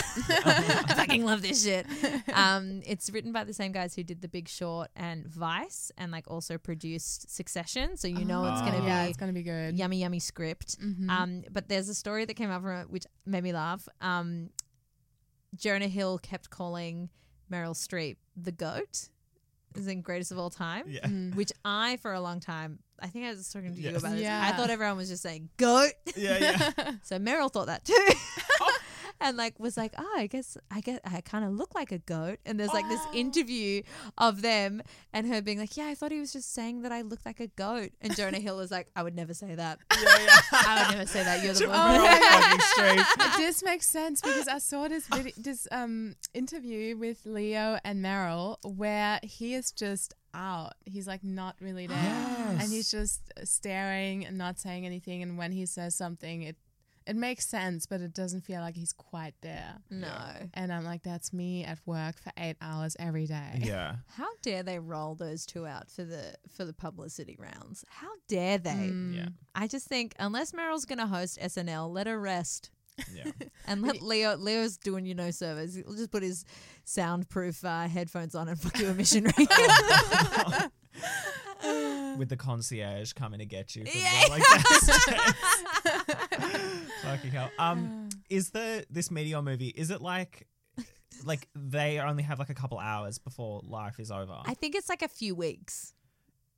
Speaker 6: fucking love this shit. Um, it's written by the same guys who did The Big Short and Vice, and like also produced Succession. So you know it's
Speaker 2: Uh,
Speaker 6: gonna
Speaker 2: Ah.
Speaker 6: be
Speaker 3: yeah, it's gonna be good.
Speaker 6: yummy, yummy script.
Speaker 3: Mhm.
Speaker 6: Um, but there's a story that came out from it which made me laugh. Um, Jonah Hill kept calling Meryl Streep the goat, as in greatest of all time,
Speaker 2: Yeah. Mhm.
Speaker 6: which I, for a long time, I think I was talking to you
Speaker 2: Yes.
Speaker 6: about this.
Speaker 3: Yeah.
Speaker 6: I thought everyone was just saying goat.
Speaker 2: Yeah,
Speaker 6: <laughs>
Speaker 2: yeah.
Speaker 6: so Meryl thought that too. <laughs> And like was like, oh, I guess I guess I kind of look like a goat. And there's like this interview of them and her being like, yeah, I thought he was just saying that I look like a goat. And Jonah Hill is like, I would never say that. <laughs> I would never say that. You're the
Speaker 2: Jonah
Speaker 6: one. <laughs>
Speaker 2: Hill fucking straight.
Speaker 3: this makes sense because I saw this vid- this um interview with Leo and Meryl where he is just out. He's like not really there, and he's just staring and not saying anything. And when he says something, it it makes sense, but it doesn't feel like he's quite there.
Speaker 6: No.
Speaker 3: And I'm like, that's me at work for eight hours every day.
Speaker 2: Yeah.
Speaker 6: How dare they roll those two out for the for the publicity rounds? How dare they?
Speaker 2: Yeah.
Speaker 6: I just think unless Meryl's gonna host SNL, let her rest.
Speaker 2: Yeah.
Speaker 6: And let Leo Leo's doing you no service. He'll just put his soundproof uh, headphones on and fuck you a missionary. <laughs>
Speaker 2: With the concierge coming to get you. for the- Like
Speaker 6: <laughs>
Speaker 2: <laughs> that's- Fucking hell.
Speaker 6: <sighs>
Speaker 2: Um, is the this meteor movie? Is it like, like they only have like a couple hours before life is over?
Speaker 6: I think it's like a few weeks.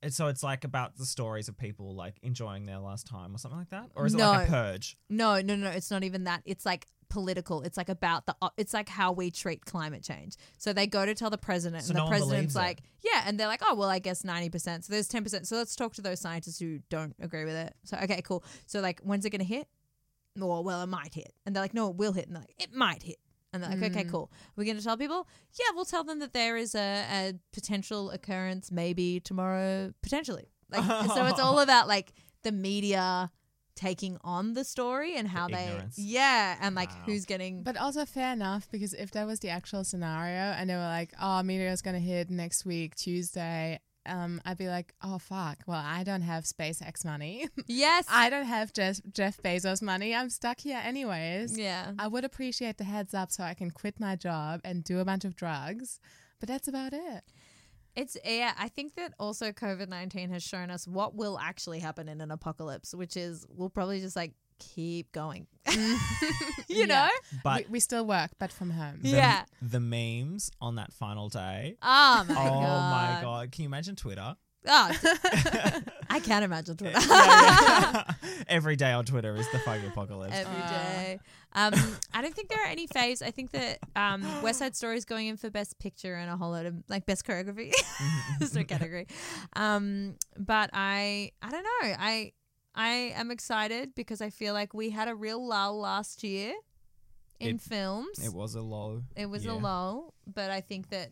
Speaker 2: And so it's like about the stories of people like enjoying their last time or something like that, or is it like a
Speaker 6: No.
Speaker 2: purge?
Speaker 6: No, no, no. It's not even that. It's like political. It's like about the. It's like how we treat climate change. So they go to tell the president,
Speaker 2: So
Speaker 6: and the
Speaker 2: no one believes
Speaker 6: president's
Speaker 2: it.
Speaker 6: like, "Yeah," and they're like, "Oh, well, I guess ninety percent. So there's ten percent. So let's talk to those scientists who don't agree with it." So okay, cool. So like, when's it gonna hit? Or well, it might hit, and they're like, "No, it will hit," and they're like, "It might hit." And they're like, okay, cool. We're going to tell people? Yeah, we'll tell them that there is a, a potential occurrence maybe tomorrow, potentially. Like, so it's <laughs> all about like the media taking on the story and how they,
Speaker 2: ignorance.
Speaker 6: yeah, and like
Speaker 2: Wow.
Speaker 6: who's getting,
Speaker 3: But also fair enough because if that was the actual scenario and they were like, "Oh, meteor's gonna hit next week, Tuesday," um, I'd be like, "Oh fuck! Well, I don't have SpaceX money. <laughs>
Speaker 6: yes,
Speaker 3: I don't have Jeff, Jeff Bezos money. I'm stuck here anyways.
Speaker 6: yeah,
Speaker 3: I would appreciate the heads up so I can quit my job and do a bunch of drugs, but that's about it.
Speaker 6: It's yeah, I think that also COVID nineteen has shown us what will actually happen in an apocalypse, which is we'll probably just like keep going. <laughs> Mm. you know?
Speaker 2: But
Speaker 3: we, we still work, but from home.
Speaker 2: the-
Speaker 6: Yeah.
Speaker 2: the memes on that final day.
Speaker 6: Oh my
Speaker 2: oh
Speaker 6: god.
Speaker 2: my god! Can you
Speaker 6: <laughs>
Speaker 2: imagine Twitter? <laughs>
Speaker 6: Oh, I can't imagine Twitter.
Speaker 2: Every day on Twitter is the fucking
Speaker 6: <laughs>
Speaker 2: apocalypse.
Speaker 6: Every day. Um, I don't think there are any faves. I think that um, West Side Story is going in for Best Picture and a whole lot of like Best Choreography. <laughs> There's no category. Um, but I, I don't know. I, I am excited because I feel like we had a real lull last year in
Speaker 2: It-
Speaker 6: films.
Speaker 2: It was a low.
Speaker 6: It was a
Speaker 2: year.
Speaker 6: lull, but I think that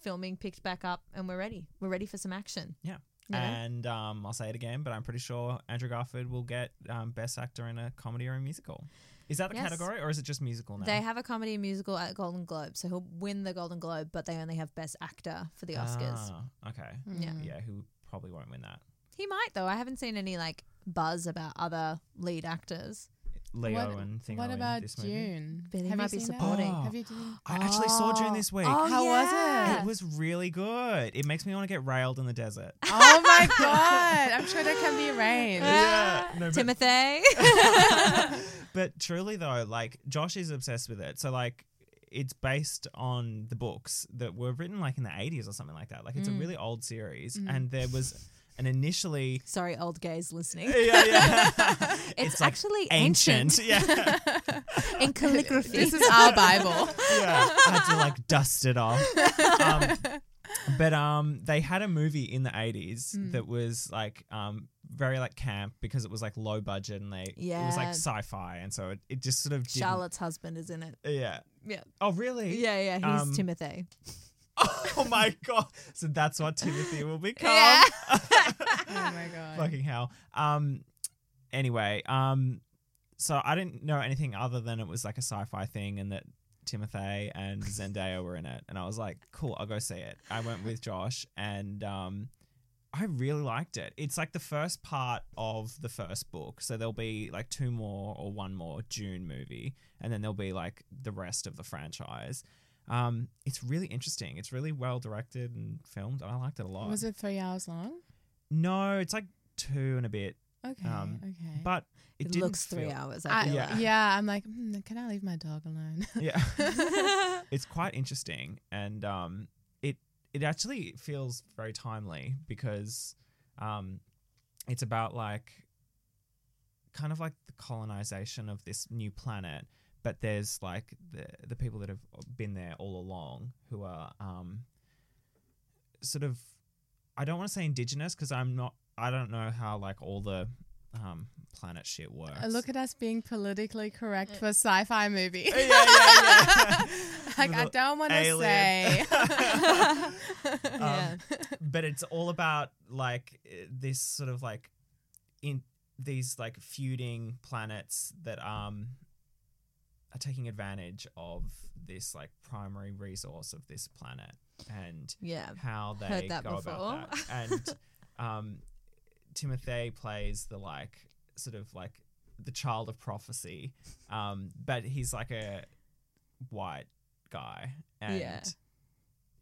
Speaker 6: filming picked back up and we're ready. We're ready for some action.
Speaker 2: Yeah.
Speaker 6: Yeah.
Speaker 2: And um, I'll say it again, but I'm pretty sure Andrew Garfield will get um, Best Actor in a Comedy or a Musical. Is that the
Speaker 6: Yes.
Speaker 2: category, or is it just musical now?
Speaker 6: They have a comedy and musical at Golden Globe, so he'll win the Golden Globe, but they only have Best Actor for the Oscars. Mm.
Speaker 2: Ah, okay.
Speaker 6: Yeah.
Speaker 2: Yeah, who probably won't win that?
Speaker 6: He might though. I haven't seen any like buzz about other lead actors.
Speaker 2: Leo and thing.
Speaker 3: what
Speaker 2: in
Speaker 3: about
Speaker 2: this movie.
Speaker 3: June?
Speaker 6: But he
Speaker 3: Have you
Speaker 6: might be
Speaker 3: seen that?
Speaker 6: supporting.
Speaker 2: <gasps> Oh.
Speaker 3: Have you seen-
Speaker 2: I actually
Speaker 6: Oh,
Speaker 2: saw June this week.
Speaker 3: How was
Speaker 2: It
Speaker 6: <laughs>
Speaker 2: was really good. It makes me want to get railed in the desert.
Speaker 3: Oh my god! I'm sure that can be <laughs> arranged.
Speaker 2: yeah. No, but
Speaker 6: Timothy.
Speaker 2: <laughs> But truly though, like Josh is obsessed with it. So like it's based on the books that were written like in the 80s or something like that. Like it's
Speaker 6: Mm.
Speaker 2: a really old series and there was
Speaker 6: <laughs>
Speaker 2: an initially
Speaker 6: <laughs> Sorry, old gays
Speaker 2: <laughs>
Speaker 6: listening. <laughs>
Speaker 2: yeah, yeah. <laughs>
Speaker 6: It's
Speaker 2: like,
Speaker 6: actually ancient.
Speaker 2: <laughs> Yeah.
Speaker 6: In calligraphy.
Speaker 2: <laughs>
Speaker 3: This is our Bible.
Speaker 2: yeah. I had to like dust it off.
Speaker 6: <laughs> Mm.
Speaker 2: Um, but um, they had a movie in the 80s that was like um, very like camp because it was like low budget and they it was like
Speaker 6: Yeah.
Speaker 2: sci-fi and so it, it just sort of
Speaker 6: <laughs>
Speaker 2: didn't-
Speaker 6: Charlotte's husband is in it.
Speaker 2: yeah
Speaker 6: Yeah.
Speaker 2: oh really
Speaker 6: Yeah, yeah. He's
Speaker 2: Um,
Speaker 6: Timothy.
Speaker 2: <laughs> oh my god so that's what Timothy
Speaker 6: <laughs>
Speaker 2: will become
Speaker 3: Oh my god.
Speaker 2: fucking hell um anyway um so I didn't know anything other than it was like a sci-fi thing and that Timothy
Speaker 3: <laughs>
Speaker 2: and Zendaya were in it and I was like cool I'll go see it I went with Josh and um I really liked it. It's like the first part of the first book. So there'll be like two more or one more June movie, and then there'll be like the rest of the franchise. Um, it's really interesting. It's really well directed and filmed. I liked it a lot.
Speaker 3: Was it three hours long?
Speaker 2: No, it's like two and a bit.
Speaker 3: Okay.
Speaker 2: Um,
Speaker 3: okay.
Speaker 2: But it,
Speaker 6: It
Speaker 2: didn't
Speaker 6: looks three
Speaker 2: feel-
Speaker 6: hours, I
Speaker 3: I,
Speaker 6: feel
Speaker 3: yeah.
Speaker 2: like.
Speaker 3: I'm like, mm, can I leave my dog alone?
Speaker 2: <laughs>
Speaker 3: <laughs>
Speaker 2: Yeah. it's quite interesting and um it it actually feels very timely because um it's about like kind of like the colonization of this new planet but there's like the the people that have been there all along who are um sort of I don't want to say indigenous because I'm not I don't know how like all the um planet shit works.
Speaker 3: Uh, Look at us being politically correct for a sci-fi movie.
Speaker 2: yeah, yeah, <laughs> yeah.
Speaker 3: <laughs> like I
Speaker 2: Little
Speaker 3: don't want to
Speaker 2: alien. <laughs>
Speaker 3: <laughs> say.
Speaker 2: Um, but it's all about like uh, this sort of like in these like feuding planets that um are taking advantage of this like primary resource of this planet and
Speaker 6: Yeah.
Speaker 2: how they
Speaker 6: Heard that
Speaker 2: go about
Speaker 6: before. <laughs>
Speaker 2: that and um timothy plays the like sort of like the child of prophecy um but he's like a white guy and
Speaker 6: Yeah.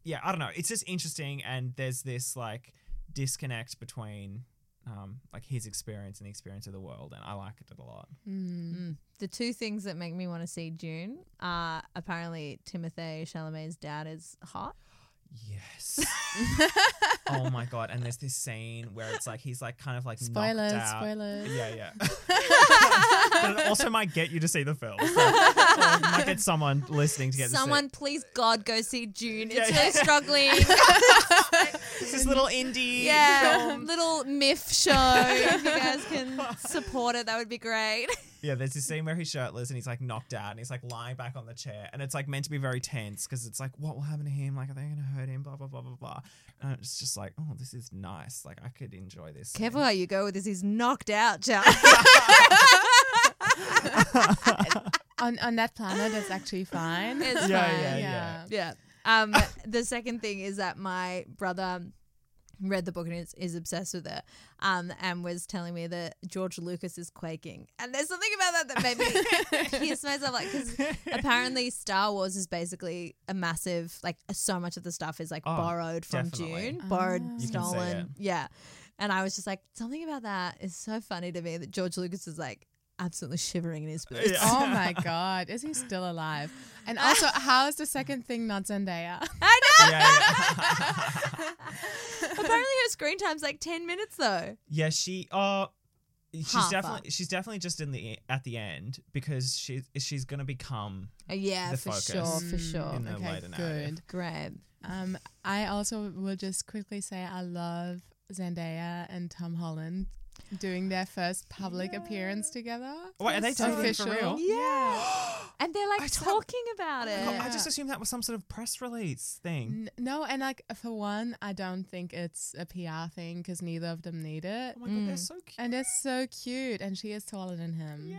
Speaker 2: yeah, I don't know. It's just interesting, and there's this like disconnect between um, like his experience and the experience of the world, and I like it a lot.
Speaker 6: Mm. The two things that make me want to see June are apparently Timothy Chalamet's dad is hot. <laughs>
Speaker 2: Yes. oh my god! And there's this scene where it's like he's like kind of like
Speaker 3: Spoilers,
Speaker 2: knocked out.
Speaker 3: spoilers.
Speaker 2: Yeah, <laughs> yeah. but it also might get you to see the <laughs> film. So, or it might get someone listening to get to see it.
Speaker 6: Someone, please God, go see June. It's
Speaker 2: Yeah, <laughs>
Speaker 6: so
Speaker 2: yeah.
Speaker 6: struggling.
Speaker 2: It's this little indie.
Speaker 6: yeah, little MIF show. If you guys can support it, that would be great.
Speaker 2: Yeah, there's this scene where he's shirtless and he's like knocked out and he's like lying back on the chair and it's like meant to be very tense because it's like what will happen to him? Like are they gonna hurt him? Blah blah blah blah blah. And it's just like oh this is nice. Like I could enjoy this. scene.
Speaker 6: Careful how you go with this. He's knocked out,
Speaker 2: <laughs>
Speaker 6: Jack.
Speaker 3: on on that planet, it's actually fine.
Speaker 6: It's fine.
Speaker 2: Yeah, yeah,
Speaker 3: Yeah.
Speaker 2: yeah.
Speaker 6: Yeah.
Speaker 3: <laughs>
Speaker 6: Um, the second thing is that my brother read the book and is, is obsessed with it um, and was telling me that George Lucas is quaking. And there's something about that that made me
Speaker 3: <laughs>
Speaker 6: piss myself like because apparently Star Wars is basically a massive like so much of the stuff is like
Speaker 2: Oh,
Speaker 6: borrowed from
Speaker 2: definitely.
Speaker 6: June, borrowed,
Speaker 3: You can
Speaker 2: say it.
Speaker 6: stolen. Yeah. And I was just like, something about that is so funny to me that George Lucas is like absolutely shivering in his boots.
Speaker 2: <laughs> Yeah.
Speaker 6: <laughs>
Speaker 3: Oh my god, is he still alive? And also, how is the second thing not Zendaya? <laughs>
Speaker 6: I know.
Speaker 2: Yeah, <laughs> yeah.
Speaker 6: Apparently her screen time's like 10 minutes though.
Speaker 2: yeah, she. Uh, she's
Speaker 6: Half
Speaker 2: definitely
Speaker 6: up.
Speaker 2: she's definitely just in the e, at the end because she's she's gonna become
Speaker 6: Uh, Yeah,
Speaker 2: The
Speaker 6: for
Speaker 2: focus.
Speaker 6: sure, for sure.
Speaker 2: in the later narrative.
Speaker 3: Mm, good.
Speaker 6: Great.
Speaker 3: Um, I also will just quickly say I love Zendaya and Tom Holland doing their first public appearance together.
Speaker 2: Wait, are they
Speaker 3: So
Speaker 2: doing it for
Speaker 3: official.
Speaker 2: real?
Speaker 6: Yeah. <gasps> and they're like
Speaker 2: Oh. I don't-
Speaker 6: talking about it.
Speaker 2: Oh, I
Speaker 3: Yeah. Mm.
Speaker 2: just assumed that was some sort of press release thing.
Speaker 3: N- No, and like for one, I don't think it's a PR thing because neither of them need it.
Speaker 2: Oh my god, they're so cute.
Speaker 3: And they're so cute, and she is taller than him.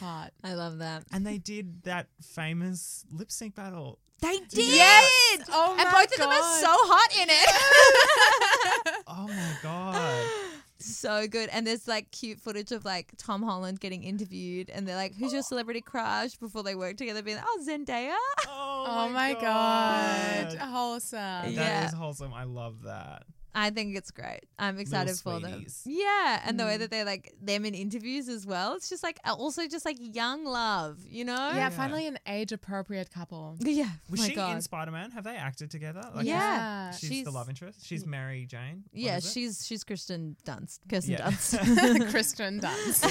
Speaker 3: Hot.
Speaker 6: I love that.
Speaker 2: and they did that famous lip sync battle.
Speaker 6: They did.
Speaker 3: Oh
Speaker 6: and
Speaker 3: my
Speaker 6: both of them are
Speaker 3: God.
Speaker 6: so hot in it.
Speaker 2: Oh my god.
Speaker 6: <laughs> so good. And there's like cute footage of like Tom Holland getting interviewed and they're like, Who's your celebrity crush? before they work together being like, Oh Zendaya.
Speaker 2: Oh,
Speaker 3: Oh, my god.
Speaker 2: That
Speaker 3: Wholesome.
Speaker 2: is
Speaker 6: Yeah.
Speaker 2: wholesome. I love that.
Speaker 6: I think it's great. I'm excited for them.
Speaker 2: sweeties.
Speaker 6: Yeah, and the
Speaker 3: Mm.
Speaker 6: way that they like them in interviews as well. It's just like also just like young love, you know?
Speaker 3: Yeah, finally an age appropriate couple.
Speaker 6: <laughs> Yeah. oh
Speaker 2: Was
Speaker 6: my
Speaker 2: she
Speaker 6: God.
Speaker 2: in Spider Man? Have they acted together?
Speaker 6: Yeah.
Speaker 2: She's,
Speaker 6: She's-
Speaker 2: the love interest. She's Mary Jane. What
Speaker 6: yeah,
Speaker 2: is it?
Speaker 6: she's she's Kristen Dunst. Kirsten
Speaker 2: Yeah.
Speaker 6: Dunst. <laughs>
Speaker 2: <laughs>
Speaker 3: Kristen Dunst.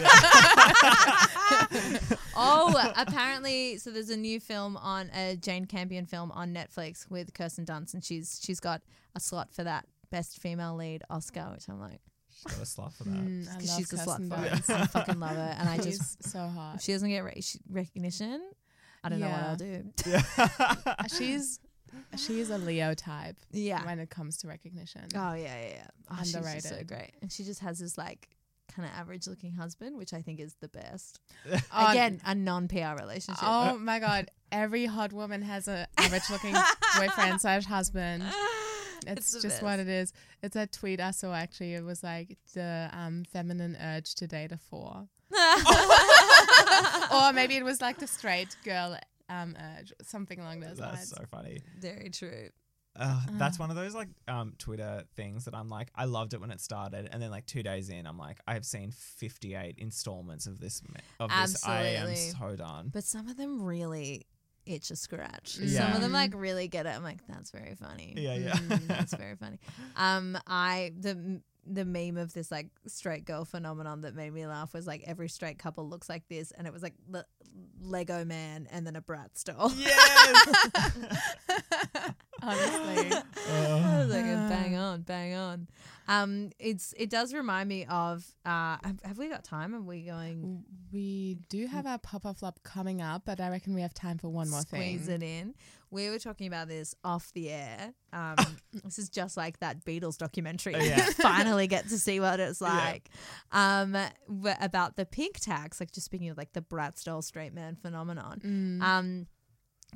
Speaker 6: oh, apparently, so there's a new film on a Jane Campion film on Netflix with Kirsten Dunst, and she's she's got a slot for that best female lead Oscar, which I'm like,
Speaker 2: She got a slot for that.
Speaker 3: Mm, I
Speaker 6: because
Speaker 3: love
Speaker 6: she's a
Speaker 3: Kirsten
Speaker 6: slut for it.
Speaker 3: Dunst.
Speaker 6: I fucking love her,
Speaker 2: <laughs>
Speaker 6: and I
Speaker 3: She's
Speaker 6: just
Speaker 3: so hot.
Speaker 6: If she doesn't get re- sh- recognition, I don't know what
Speaker 3: Yeah.
Speaker 6: I'll do.
Speaker 3: <laughs> she's she is a Leo type.
Speaker 6: Yeah.
Speaker 3: When it comes to recognition.
Speaker 6: Oh yeah, yeah, yeah. Oh, she's just so
Speaker 3: Underrated.
Speaker 6: great, and she just has this like kind of average-looking husband, which I think is the best.
Speaker 3: Oh,
Speaker 6: Again, a non-PR relationship. <laughs>
Speaker 3: Oh my god. Every hot woman has a average looking boyfriend slash husband. It's,
Speaker 6: the
Speaker 3: just what it is. It's a tweet I saw actually. It was like the um, feminine urge to date a
Speaker 6: <laughs>
Speaker 3: four. <laughs> or maybe it was like the straight girl um, urge, something along
Speaker 2: <laughs>
Speaker 3: those
Speaker 2: That's
Speaker 3: lines.
Speaker 2: so funny.
Speaker 6: Very true.
Speaker 2: Uh, that's
Speaker 3: Ah.
Speaker 2: one of those like um, Twitter things that I'm like, I loved it when it started, and then like two days in, I'm like, I have seen 58 installments of this. ma- Of this, I am
Speaker 6: Absolutely.
Speaker 2: so done.
Speaker 6: But some of them really itch a scratch. Some
Speaker 2: Mm. Yeah.
Speaker 6: of them like really get it. I'm like, that's very funny.
Speaker 2: Yeah, yeah.
Speaker 6: Mm,
Speaker 2: <laughs>
Speaker 6: that's very funny. Um, I the the meme of this like straight girl phenomenon that made me laugh was like every straight couple looks like this, and it was like the Lego man and then a brat
Speaker 2: <laughs>
Speaker 6: doll. <laughs>
Speaker 2: <laughs> Yes.
Speaker 6: <laughs>
Speaker 3: <laughs> Honestly.
Speaker 6: I was like, "Oh,
Speaker 2: <laughs>
Speaker 6: bang on, bang on. Um, it's it does remind me of. Uh, have, have we got time? Are we going?
Speaker 3: We do have our pop up flop coming up, but I reckon we have time for one more
Speaker 6: squeeze
Speaker 3: thing.
Speaker 6: it in. We were talking about this off the
Speaker 3: <laughs>
Speaker 6: air. Um, this is just like that Beatles documentary.
Speaker 2: Oh,
Speaker 6: <laughs>
Speaker 2: yeah.
Speaker 6: Finally get to see what it's like. Um, w- about the pink tax, like just speaking of like the Bratz doll straight man phenomenon. Um,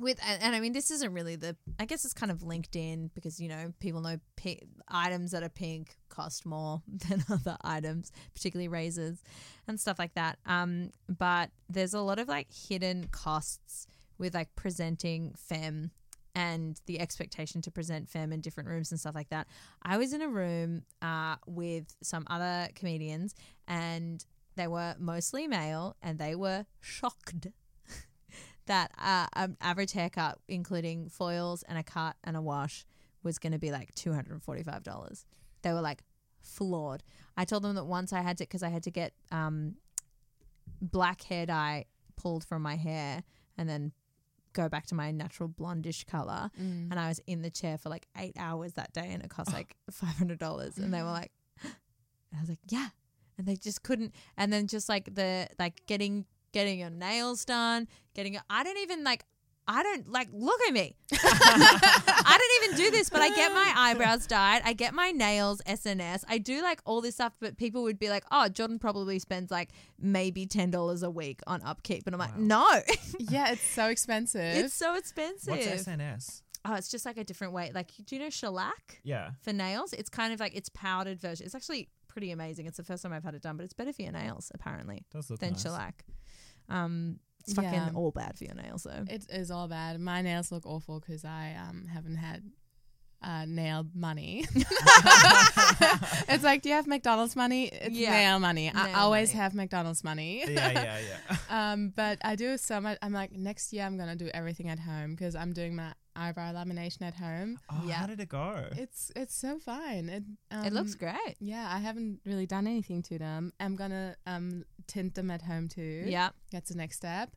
Speaker 6: with and, and I mean this isn't really the I guess it's kind of linked in because you know people know pi items that are pink cost more <laughs> than other items, particularly razors and stuff like that. Um, but there's a lot of like hidden costs with like presenting femme and the expectation to present femme in different rooms and stuff like that. I was in a room uh, with some other comedians and they were mostly male and they were shocked <laughs> that uh, an average haircut, including foils and a cut and a wash, was going to be like two hundred and forty-five dollars. They were like floored. I told them that once I had to because I had to get um, black hair dye pulled from my hair and then go back to my natural blondish color. And I was in the chair for like eight hours that day, and it cost like five hundred dollars. And they were like, and I was like, yeah. And they just couldn't. And then just like the like getting getting your nails done, getting your, I don't even like. I don't like look at me. <laughs> I don't even do this, but I get my eyebrows dyed. I get my nails SNS. I do like all this stuff, but people would be like, "Oh, Jordan probably spends like maybe ten dollars a week on upkeep," and I'm like, "No, <laughs>
Speaker 3: Yeah, it's so expensive.
Speaker 6: it's so expensive."
Speaker 2: What's SNS?
Speaker 6: Oh, it's just like a different way. Like, do you know shellac
Speaker 2: Yeah.
Speaker 6: for nails? It's kind of like it's powdered version. It's actually pretty amazing. It's the first time I've had it done, but it's better for your nails apparently
Speaker 2: Does look
Speaker 6: than
Speaker 2: nice.
Speaker 6: shellac. Um, it's fucking
Speaker 3: Yeah.
Speaker 6: all bad for your nails though.
Speaker 3: It is all bad. My nails look awful because I um, haven't had uh, nail money. <laughs> it's like, do you have McDonald's money? It's
Speaker 6: Yeah.
Speaker 3: nail money. I
Speaker 6: Nail
Speaker 3: always
Speaker 6: money.
Speaker 3: have McDonald's money.
Speaker 2: Yeah, yeah, yeah. <laughs>
Speaker 3: <laughs> um, but I do so much. I'm like, next year I'm gonna do everything at home because I'm doing my eyebrow lamination at home.
Speaker 2: Oh,
Speaker 6: Yeah.
Speaker 2: How did it go?
Speaker 3: It's it's so fine. It um,
Speaker 6: it looks great.
Speaker 3: Yeah, I haven't really done anything to them. I'm gonna um tint them at home too.
Speaker 6: Yeah.
Speaker 3: That's the next step.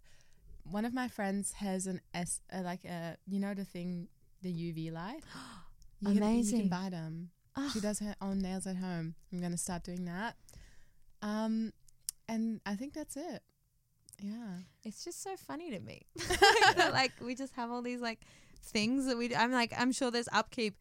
Speaker 3: One of my friends has an S, uh, like a you know the thing, the
Speaker 6: <gasps>
Speaker 3: UV light. You can- you
Speaker 6: Amazing. Ah.
Speaker 3: can buy them. She does her own nails at home. I'm gonna start doing that. Um, and I think that's it.
Speaker 6: <laughs>
Speaker 3: Yeah.
Speaker 6: It's just so funny to me. <laughs> That, like we just have all these like things that we. Do. I'm like I'm sure there's upkeep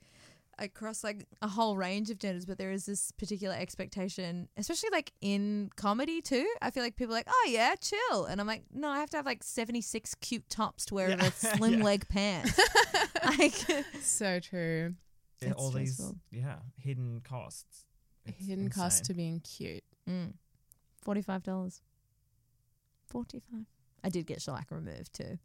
Speaker 6: across like a whole range of genders, but there is this particular expectation, especially like in comedy too. I feel like people are like, oh yeah, chill, and I'm like, no, I have to have like 76 cute tops to wear with a slim leg pants. like <laughs>
Speaker 3: So true.
Speaker 2: Yeah,
Speaker 6: it's
Speaker 2: all these,
Speaker 6: stressful.
Speaker 2: yeah, hidden costs. It's
Speaker 3: Hidden cost to
Speaker 2: insane.
Speaker 3: being cute.
Speaker 6: mm, forty five dollars. Forty five. I did get shellac removed too.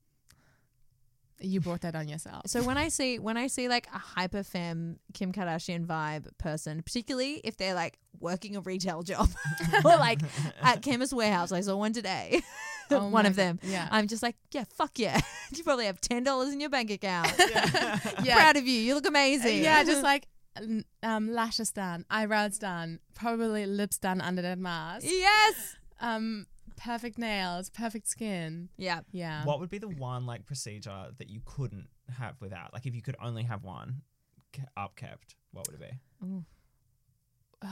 Speaker 3: You brought that on yourself.
Speaker 6: So when I see when I see like a hyper femme Kim Kardashian vibe person, particularly if they're like working a retail job <laughs> or like at Chemist Warehouse, I saw one today. <laughs>
Speaker 3: Oh
Speaker 6: one
Speaker 3: my
Speaker 6: of them.
Speaker 3: God, yeah.
Speaker 6: I'm just like, yeah, fuck yeah. <laughs> you probably have ten dollars in your bank account. <laughs>
Speaker 3: yeah.
Speaker 6: Proud of you. You look amazing.
Speaker 3: Yeah,
Speaker 6: <laughs>
Speaker 3: just like n- um, lashes done, eyebrows done, probably lips done under that mask.
Speaker 6: yes.
Speaker 3: Um, perfect nails, perfect skin.
Speaker 6: Yeah.
Speaker 3: Yeah.
Speaker 2: What would be the one like procedure that you couldn't have without? Like, if you could only have one ke- upkept, what would it be?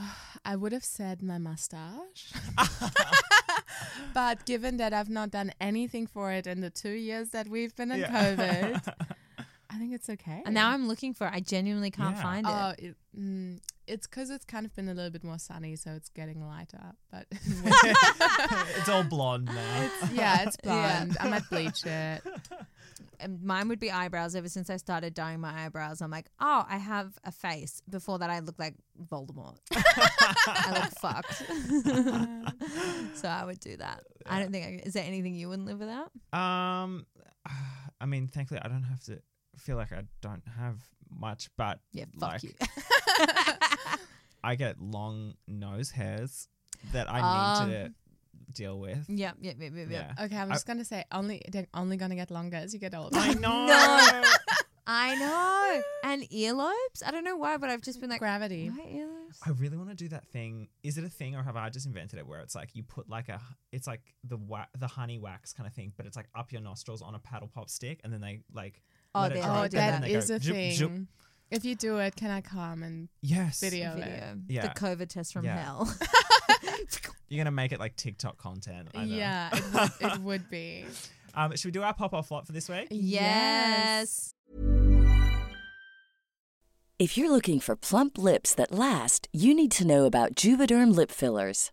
Speaker 3: I would have said my mustache. <laughs> but given that I've not done anything for it in the two years that we've been in
Speaker 6: Yeah.
Speaker 2: <laughs>
Speaker 3: COVID, I think it's okay.
Speaker 6: And now I'm looking for it. I genuinely can't find it.
Speaker 3: Oh, it, mm, it's because it's kind of been a little bit more sunny, so it's getting lighter. But <laughs>
Speaker 2: it's all blonde now. <laughs>
Speaker 3: yeah, <laughs> it's
Speaker 6: Yeah.
Speaker 3: blonde. I might bleach it.
Speaker 6: And mine would be eyebrows. Ever since I started dyeing my eyebrows, I'm like, oh, I have a face. Before that, I looked like Voldemort. I <laughs> look Um, fucked. so I would do that. I don't think. I, is there anything you wouldn't live without?
Speaker 2: Um, <sighs> I mean, thankfully, I don't have to feel like I don't have much, but
Speaker 6: Yeah, fuck
Speaker 2: like,
Speaker 6: you.
Speaker 2: <laughs> I get long nose hairs that I need to
Speaker 3: Um,
Speaker 2: deal with.
Speaker 6: <laughs> Yep, yep, yep, yep, yep.
Speaker 2: Yeah.
Speaker 3: Okay, I'm
Speaker 2: I-
Speaker 3: just gonna say only they're only gonna get longer as you get older.
Speaker 2: <laughs> <laughs>
Speaker 3: <laughs>
Speaker 2: I know.
Speaker 6: No. I know. And earlobes? I don't know why, but I've just been like
Speaker 3: Gravity.
Speaker 6: My earlobes.
Speaker 2: I really want to do that thing. Is it a thing or have I just invented it where it's like you put like a it's like the wa- the honey wax kind of thing, but it's like up your nostrils on a paddle pop stick and then they like
Speaker 6: Oh,
Speaker 2: let
Speaker 6: they-
Speaker 2: it
Speaker 6: oh,
Speaker 2: dry
Speaker 3: Oh,
Speaker 2: down and
Speaker 3: that
Speaker 2: they go
Speaker 3: is a
Speaker 2: zoop,
Speaker 3: thing.
Speaker 2: zoop.
Speaker 3: If you do it, can I come and
Speaker 2: Yes.
Speaker 3: video, it?
Speaker 6: Video.
Speaker 2: Yeah.
Speaker 6: The COVID test from
Speaker 2: Yeah.
Speaker 6: <laughs> hell.
Speaker 2: You're going to make it like TikTok content. I know.
Speaker 3: Yeah,
Speaker 2: <laughs>
Speaker 3: it would, it would be.
Speaker 2: Um, should we do our pop off lot for this week?
Speaker 6: yes.
Speaker 7: If you're looking for plump lips that last, you need to know about Juvederm lip fillers.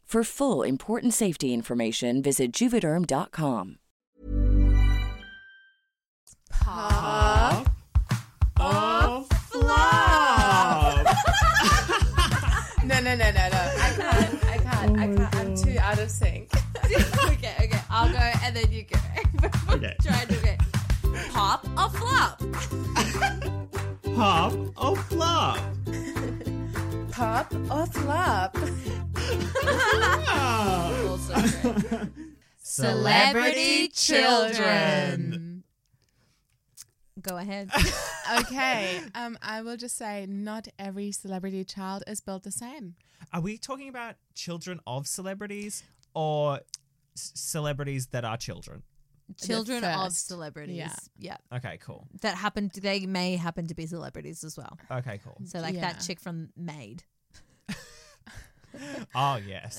Speaker 7: For full important safety information, visit juvederm.com.
Speaker 2: Pop off Ah! flop.
Speaker 3: No, no, no, no, no. I can't. I can't. I can't. I'm too out of sync.
Speaker 6: okay, okay. I'll go and then
Speaker 3: <laughs>
Speaker 6: you go.
Speaker 2: Okay.
Speaker 6: Try and do it. Pop or flop?
Speaker 2: Pop off flop.
Speaker 3: Pop or flop?
Speaker 6: Also great. Celebrity children. Go <laughs> ahead.
Speaker 3: Okay. Um, I will just say, not every celebrity child is built the same.
Speaker 2: <laughs> Are we talking about children of celebrities or s- celebrities that are children?
Speaker 6: Children of
Speaker 3: first.
Speaker 6: celebrities. Yeah.
Speaker 3: Yeah.
Speaker 2: Okay, cool.
Speaker 6: That happened they may happen to be celebrities as well.
Speaker 2: Okay, cool.
Speaker 6: So like
Speaker 3: Yeah.
Speaker 6: that chick from Maid.
Speaker 2: Oh
Speaker 3: <laughs>
Speaker 2: yes.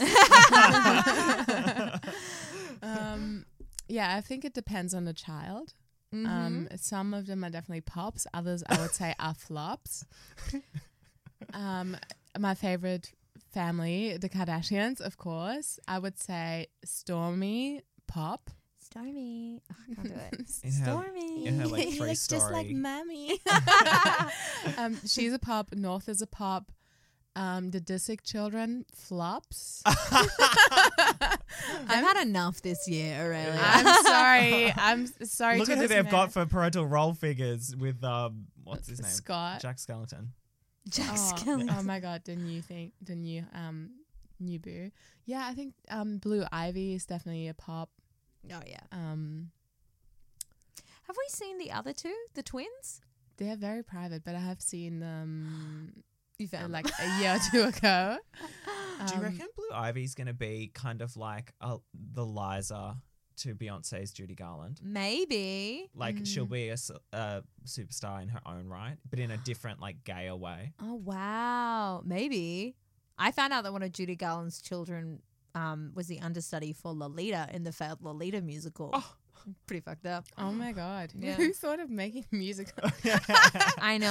Speaker 3: Um, yeah, I think it depends on the child. Um,
Speaker 2: Mm-hmm.
Speaker 3: some of them are definitely pops. Others, I would say,
Speaker 2: <laughs>
Speaker 3: are flops. Um, my favorite family, the Kardashians, of course. I would say Stormy pop.
Speaker 6: Stormy. Oh, I can't do it.
Speaker 2: In her-
Speaker 6: Stormy.
Speaker 2: in her,
Speaker 6: <laughs>
Speaker 2: like, <laughs> three story-
Speaker 6: mummy.
Speaker 3: <laughs>
Speaker 2: <laughs>
Speaker 3: um, she's a pop. North is a pop. Um, the Disick children
Speaker 2: <laughs>
Speaker 3: flops.
Speaker 6: I've had enough this year, Aurelia.
Speaker 3: I'm sorry. I'm s- sorry.
Speaker 2: Look
Speaker 3: to
Speaker 2: at who
Speaker 3: this
Speaker 2: they've
Speaker 3: man.
Speaker 2: got for parental role figures with um what's his name?
Speaker 3: Scott.
Speaker 2: Jack Skellington.
Speaker 6: Jack
Speaker 3: Oh,
Speaker 6: <laughs> Skellington.
Speaker 3: oh my god, the new thing, the new um new boo. Yeah, I think um Blue Ivy is definitely a pop.
Speaker 6: oh yeah.
Speaker 3: Um,
Speaker 6: Have we seen the other two, the twins?
Speaker 3: they're very private, but I have seen them
Speaker 6: <gasps> You
Speaker 3: uh,
Speaker 6: found
Speaker 3: like a year or
Speaker 6: <laughs>
Speaker 3: two ago.
Speaker 2: Do you
Speaker 3: Um,
Speaker 2: reckon Blue Ivy's gonna be kind of like uh, the Liza to Beyonce's Judy Garland?
Speaker 6: maybe.
Speaker 2: Like she'll be a, s- a superstar in her own right, but in a different, like, gayer way.
Speaker 6: Oh wow, maybe. I found out that one of Judy Garland's children um, was the understudy for Lolita in the failed Lolita musical. Pretty fucked up.
Speaker 3: Oh my god. <laughs>
Speaker 6: Yeah.
Speaker 3: Who thought of making
Speaker 6: <laughs>
Speaker 3: a musical?
Speaker 6: I know.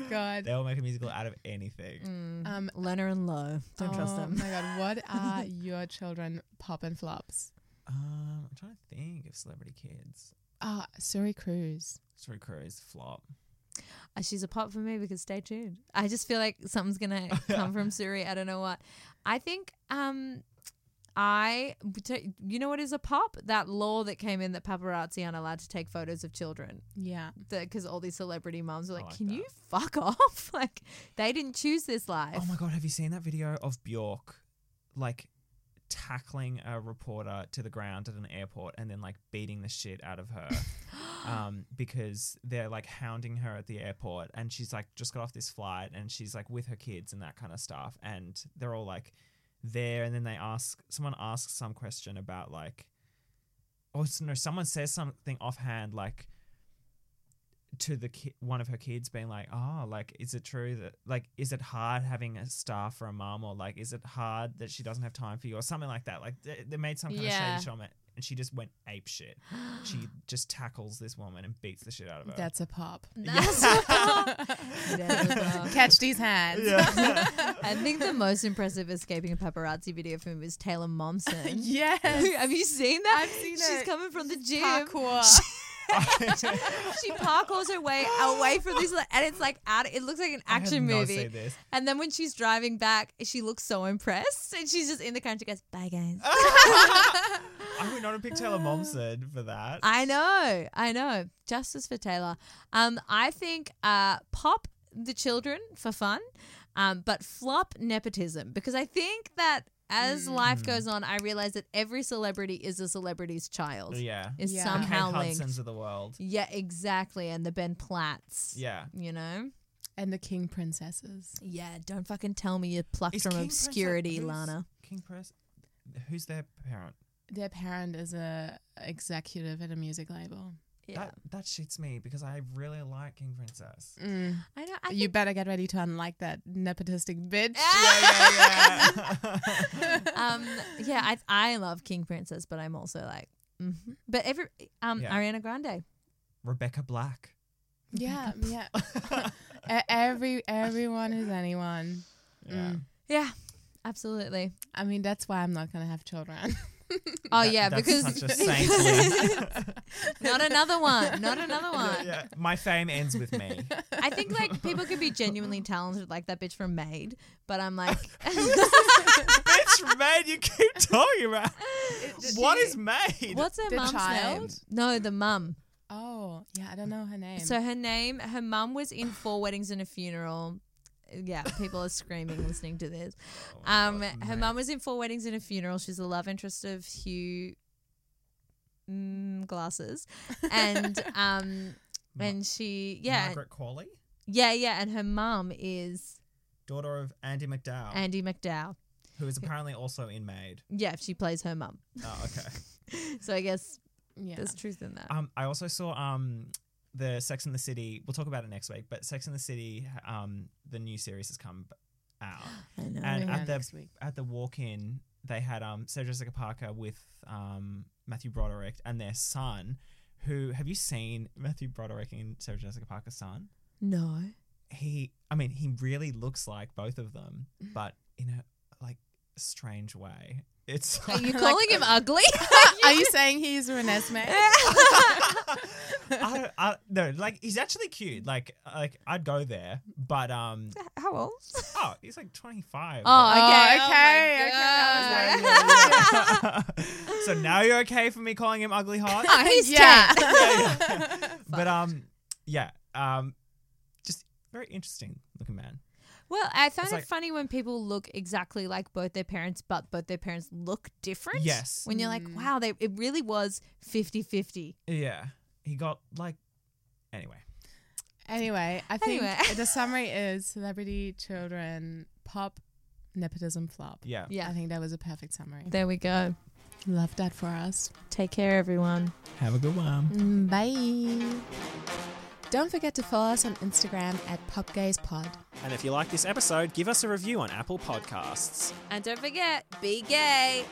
Speaker 3: <laughs> oh god.
Speaker 2: They will make a musical out of anything.
Speaker 3: Um
Speaker 6: Leonard and Lowe. Don't trust
Speaker 3: oh
Speaker 6: them.
Speaker 3: my god, what
Speaker 6: <laughs>
Speaker 3: are your children pop and flops?
Speaker 2: Um, I'm trying to think of celebrity kids.
Speaker 3: Ah, Suri Cruz.
Speaker 2: Sorry, Cruz flop.
Speaker 6: Uh, She's a pop for me because stay tuned. I just feel like something's
Speaker 3: <laughs>
Speaker 6: gonna come from Suri. I don't know what. I think um, I you know what is a pop? That law that came in that paparazzi aren't allowed to take photos of children.
Speaker 3: Yeah.
Speaker 6: Because all these celebrity moms are like,
Speaker 2: like
Speaker 6: "Can
Speaker 2: that.
Speaker 6: you fuck <laughs> off? like they didn't choose this life."
Speaker 2: Oh my god, have you seen that video of Bjork like tackling a reporter to the ground at an airport and then like beating the shit out of her? um, because they're like hounding her at the airport and she's like just got off this flight and she's like with her kids and that kind of stuff and they're all like there and then they ask someone asks some question about like or s- no someone says something offhand like to the ki- one of her kids being like oh like is it true that like is it hard having a star for a mom or like is it hard that she doesn't have time for you or something like that like they, they made some kind
Speaker 6: Yeah.
Speaker 2: of shady comment and she just went ape shit she
Speaker 6: <gasps>
Speaker 2: just tackles this woman and beats the shit out of her
Speaker 3: That's a pop.
Speaker 6: That's
Speaker 3: <laughs>
Speaker 6: a pop. That's a pop.
Speaker 3: Catch these
Speaker 6: <laughs>
Speaker 3: <laughs> hands.
Speaker 6: I think the most impressive escaping a paparazzi video for me was Taylor Momsen.
Speaker 3: <laughs> yes.
Speaker 6: <laughs> Have you seen that?
Speaker 3: I've seen
Speaker 6: She's
Speaker 3: it.
Speaker 6: coming from the gym.
Speaker 3: Parkour.
Speaker 6: <laughs> she parkours her way away from these, like, and it's like out. It looks like an
Speaker 2: I have
Speaker 6: action
Speaker 2: not
Speaker 6: movie.
Speaker 2: seen this.
Speaker 6: And then when she's driving back, she looks so impressed, and she's just in the car and she goes, "Bye
Speaker 2: <laughs>
Speaker 6: guys."
Speaker 2: Ah! I would not have
Speaker 6: <gasps>
Speaker 2: picked Taylor Momsen for that.
Speaker 6: I know, I know. Justice for Taylor. Um, I think uh, pop the children for fun, um, but flop nepotism because I think that
Speaker 2: Mm.
Speaker 6: as life goes on, I realize that every celebrity is a celebrity's child.
Speaker 2: yeah.
Speaker 6: Is
Speaker 3: Yeah.
Speaker 2: The Kate
Speaker 6: somehow linked.
Speaker 2: Hudson's of the world.
Speaker 6: Yeah, exactly. And the Ben Platts.
Speaker 2: Yeah.
Speaker 6: You know?
Speaker 3: and the king princesses.
Speaker 6: Yeah, don't fucking tell me you plucked
Speaker 2: Is
Speaker 6: Uh, from
Speaker 2: King Prince-
Speaker 6: obscurity,
Speaker 2: who's-
Speaker 6: Lana.
Speaker 2: King Press. Who's their parent?
Speaker 3: Their parent is a executive at a music label.
Speaker 6: Yeah.
Speaker 2: That that shits me because I really like King Princess.
Speaker 6: I know. I <laughs> Ah!
Speaker 3: you better get ready to unlike that nepotistic bitch.
Speaker 6: Mm. um yeah I I love King Princess but I'm also like hmm but every um
Speaker 2: Yeah.
Speaker 6: Ariana Grande <laughs>
Speaker 2: Rebecca Black.
Speaker 3: yeah, yeah. E- Every everyone is anyone.
Speaker 2: Yeah.
Speaker 6: yeah absolutely
Speaker 3: I mean, that's why I'm not gonna have children. <laughs>
Speaker 6: oh
Speaker 2: That-
Speaker 6: yeah
Speaker 2: that's
Speaker 6: because <laughs>
Speaker 2: such a saintly.
Speaker 6: not another one not another one
Speaker 2: yeah. My fame ends with me.
Speaker 6: I think like people could be genuinely talented like that bitch from Maid but
Speaker 2: <laughs>
Speaker 6: I'm like <laughs>
Speaker 2: Bitch, man, you keep talking about. What is made?
Speaker 6: what's her
Speaker 3: The
Speaker 6: mum's name
Speaker 3: child?
Speaker 6: no the mum
Speaker 3: Oh, yeah. I don't know her name.
Speaker 6: So her name, her mum was in four weddings and a funeral. Yeah, people are screaming listening to this. Um, her mum was in four weddings and a funeral. She's the love interest of Hugh mm, Glasses, and um, and she yeah
Speaker 2: Margaret Qualley,
Speaker 6: yeah yeah, and her mum is
Speaker 2: daughter of Andy McDowell,
Speaker 6: Andy McDowell.
Speaker 2: who is apparently also in Maid.
Speaker 6: Yeah, she plays her mum.
Speaker 2: Oh, okay.
Speaker 6: So I guess
Speaker 3: yeah.
Speaker 6: there's truth in that.
Speaker 2: Um, I also saw um the Sex and the City. We'll talk about it next week, but Sex and the City, um, the new series has come b-
Speaker 6: <gasps>
Speaker 2: out,
Speaker 6: I know.
Speaker 2: and
Speaker 3: Yeah,
Speaker 2: at
Speaker 3: next
Speaker 2: the
Speaker 3: week.
Speaker 2: at the walk-in, they had um Sarah Jessica Parker with um Matthew Broderick and their son. Who have you seen Matthew Broderick and Sarah Jessica Parker's son?
Speaker 6: no. <laughs>
Speaker 2: He, I mean, he really looks like both of them,
Speaker 6: Mm-hmm.
Speaker 2: but in a like strange way. It's
Speaker 6: Are you
Speaker 2: <laughs> like-
Speaker 6: calling him ugly?
Speaker 3: <laughs>
Speaker 6: <laughs>
Speaker 3: Are you saying he's Renesmee?
Speaker 2: I, I, no, like he's actually cute. Like, like I'd go there, but um,
Speaker 6: How old?
Speaker 2: oh, he's like twenty five.
Speaker 6: Oh, okay.
Speaker 3: okay,
Speaker 6: oh my
Speaker 3: okay,
Speaker 6: God.
Speaker 2: <laughs> so now you're okay for me calling him
Speaker 6: <laughs>
Speaker 2: ugly hot,
Speaker 6: Oh, he's
Speaker 3: Yeah.
Speaker 6: cat.
Speaker 2: <laughs> but um, yeah, um, just very interesting looking man.
Speaker 6: Well, I found
Speaker 2: It's
Speaker 6: it
Speaker 2: like-
Speaker 6: funny when people look exactly like both their parents, but both their parents look different.
Speaker 2: Yes.
Speaker 6: When you're like, wow, they it really was 50 50.
Speaker 2: Yeah, he got like, anyway,
Speaker 3: Anyway, I think
Speaker 6: Anyway.
Speaker 3: <laughs> the summary is celebrity children pop nepotism flop.
Speaker 2: yeah,
Speaker 6: Yeah.
Speaker 3: I think that was a perfect summary.
Speaker 6: There we go.
Speaker 3: Love that for us. Mm,
Speaker 6: Take care, everyone.
Speaker 2: Have a good one.
Speaker 3: Bye. Don't forget to follow us on Instagram at PopGazePod.
Speaker 5: And if you like this episode, give us a review on Apple Podcasts.
Speaker 6: And don't forget, be gay.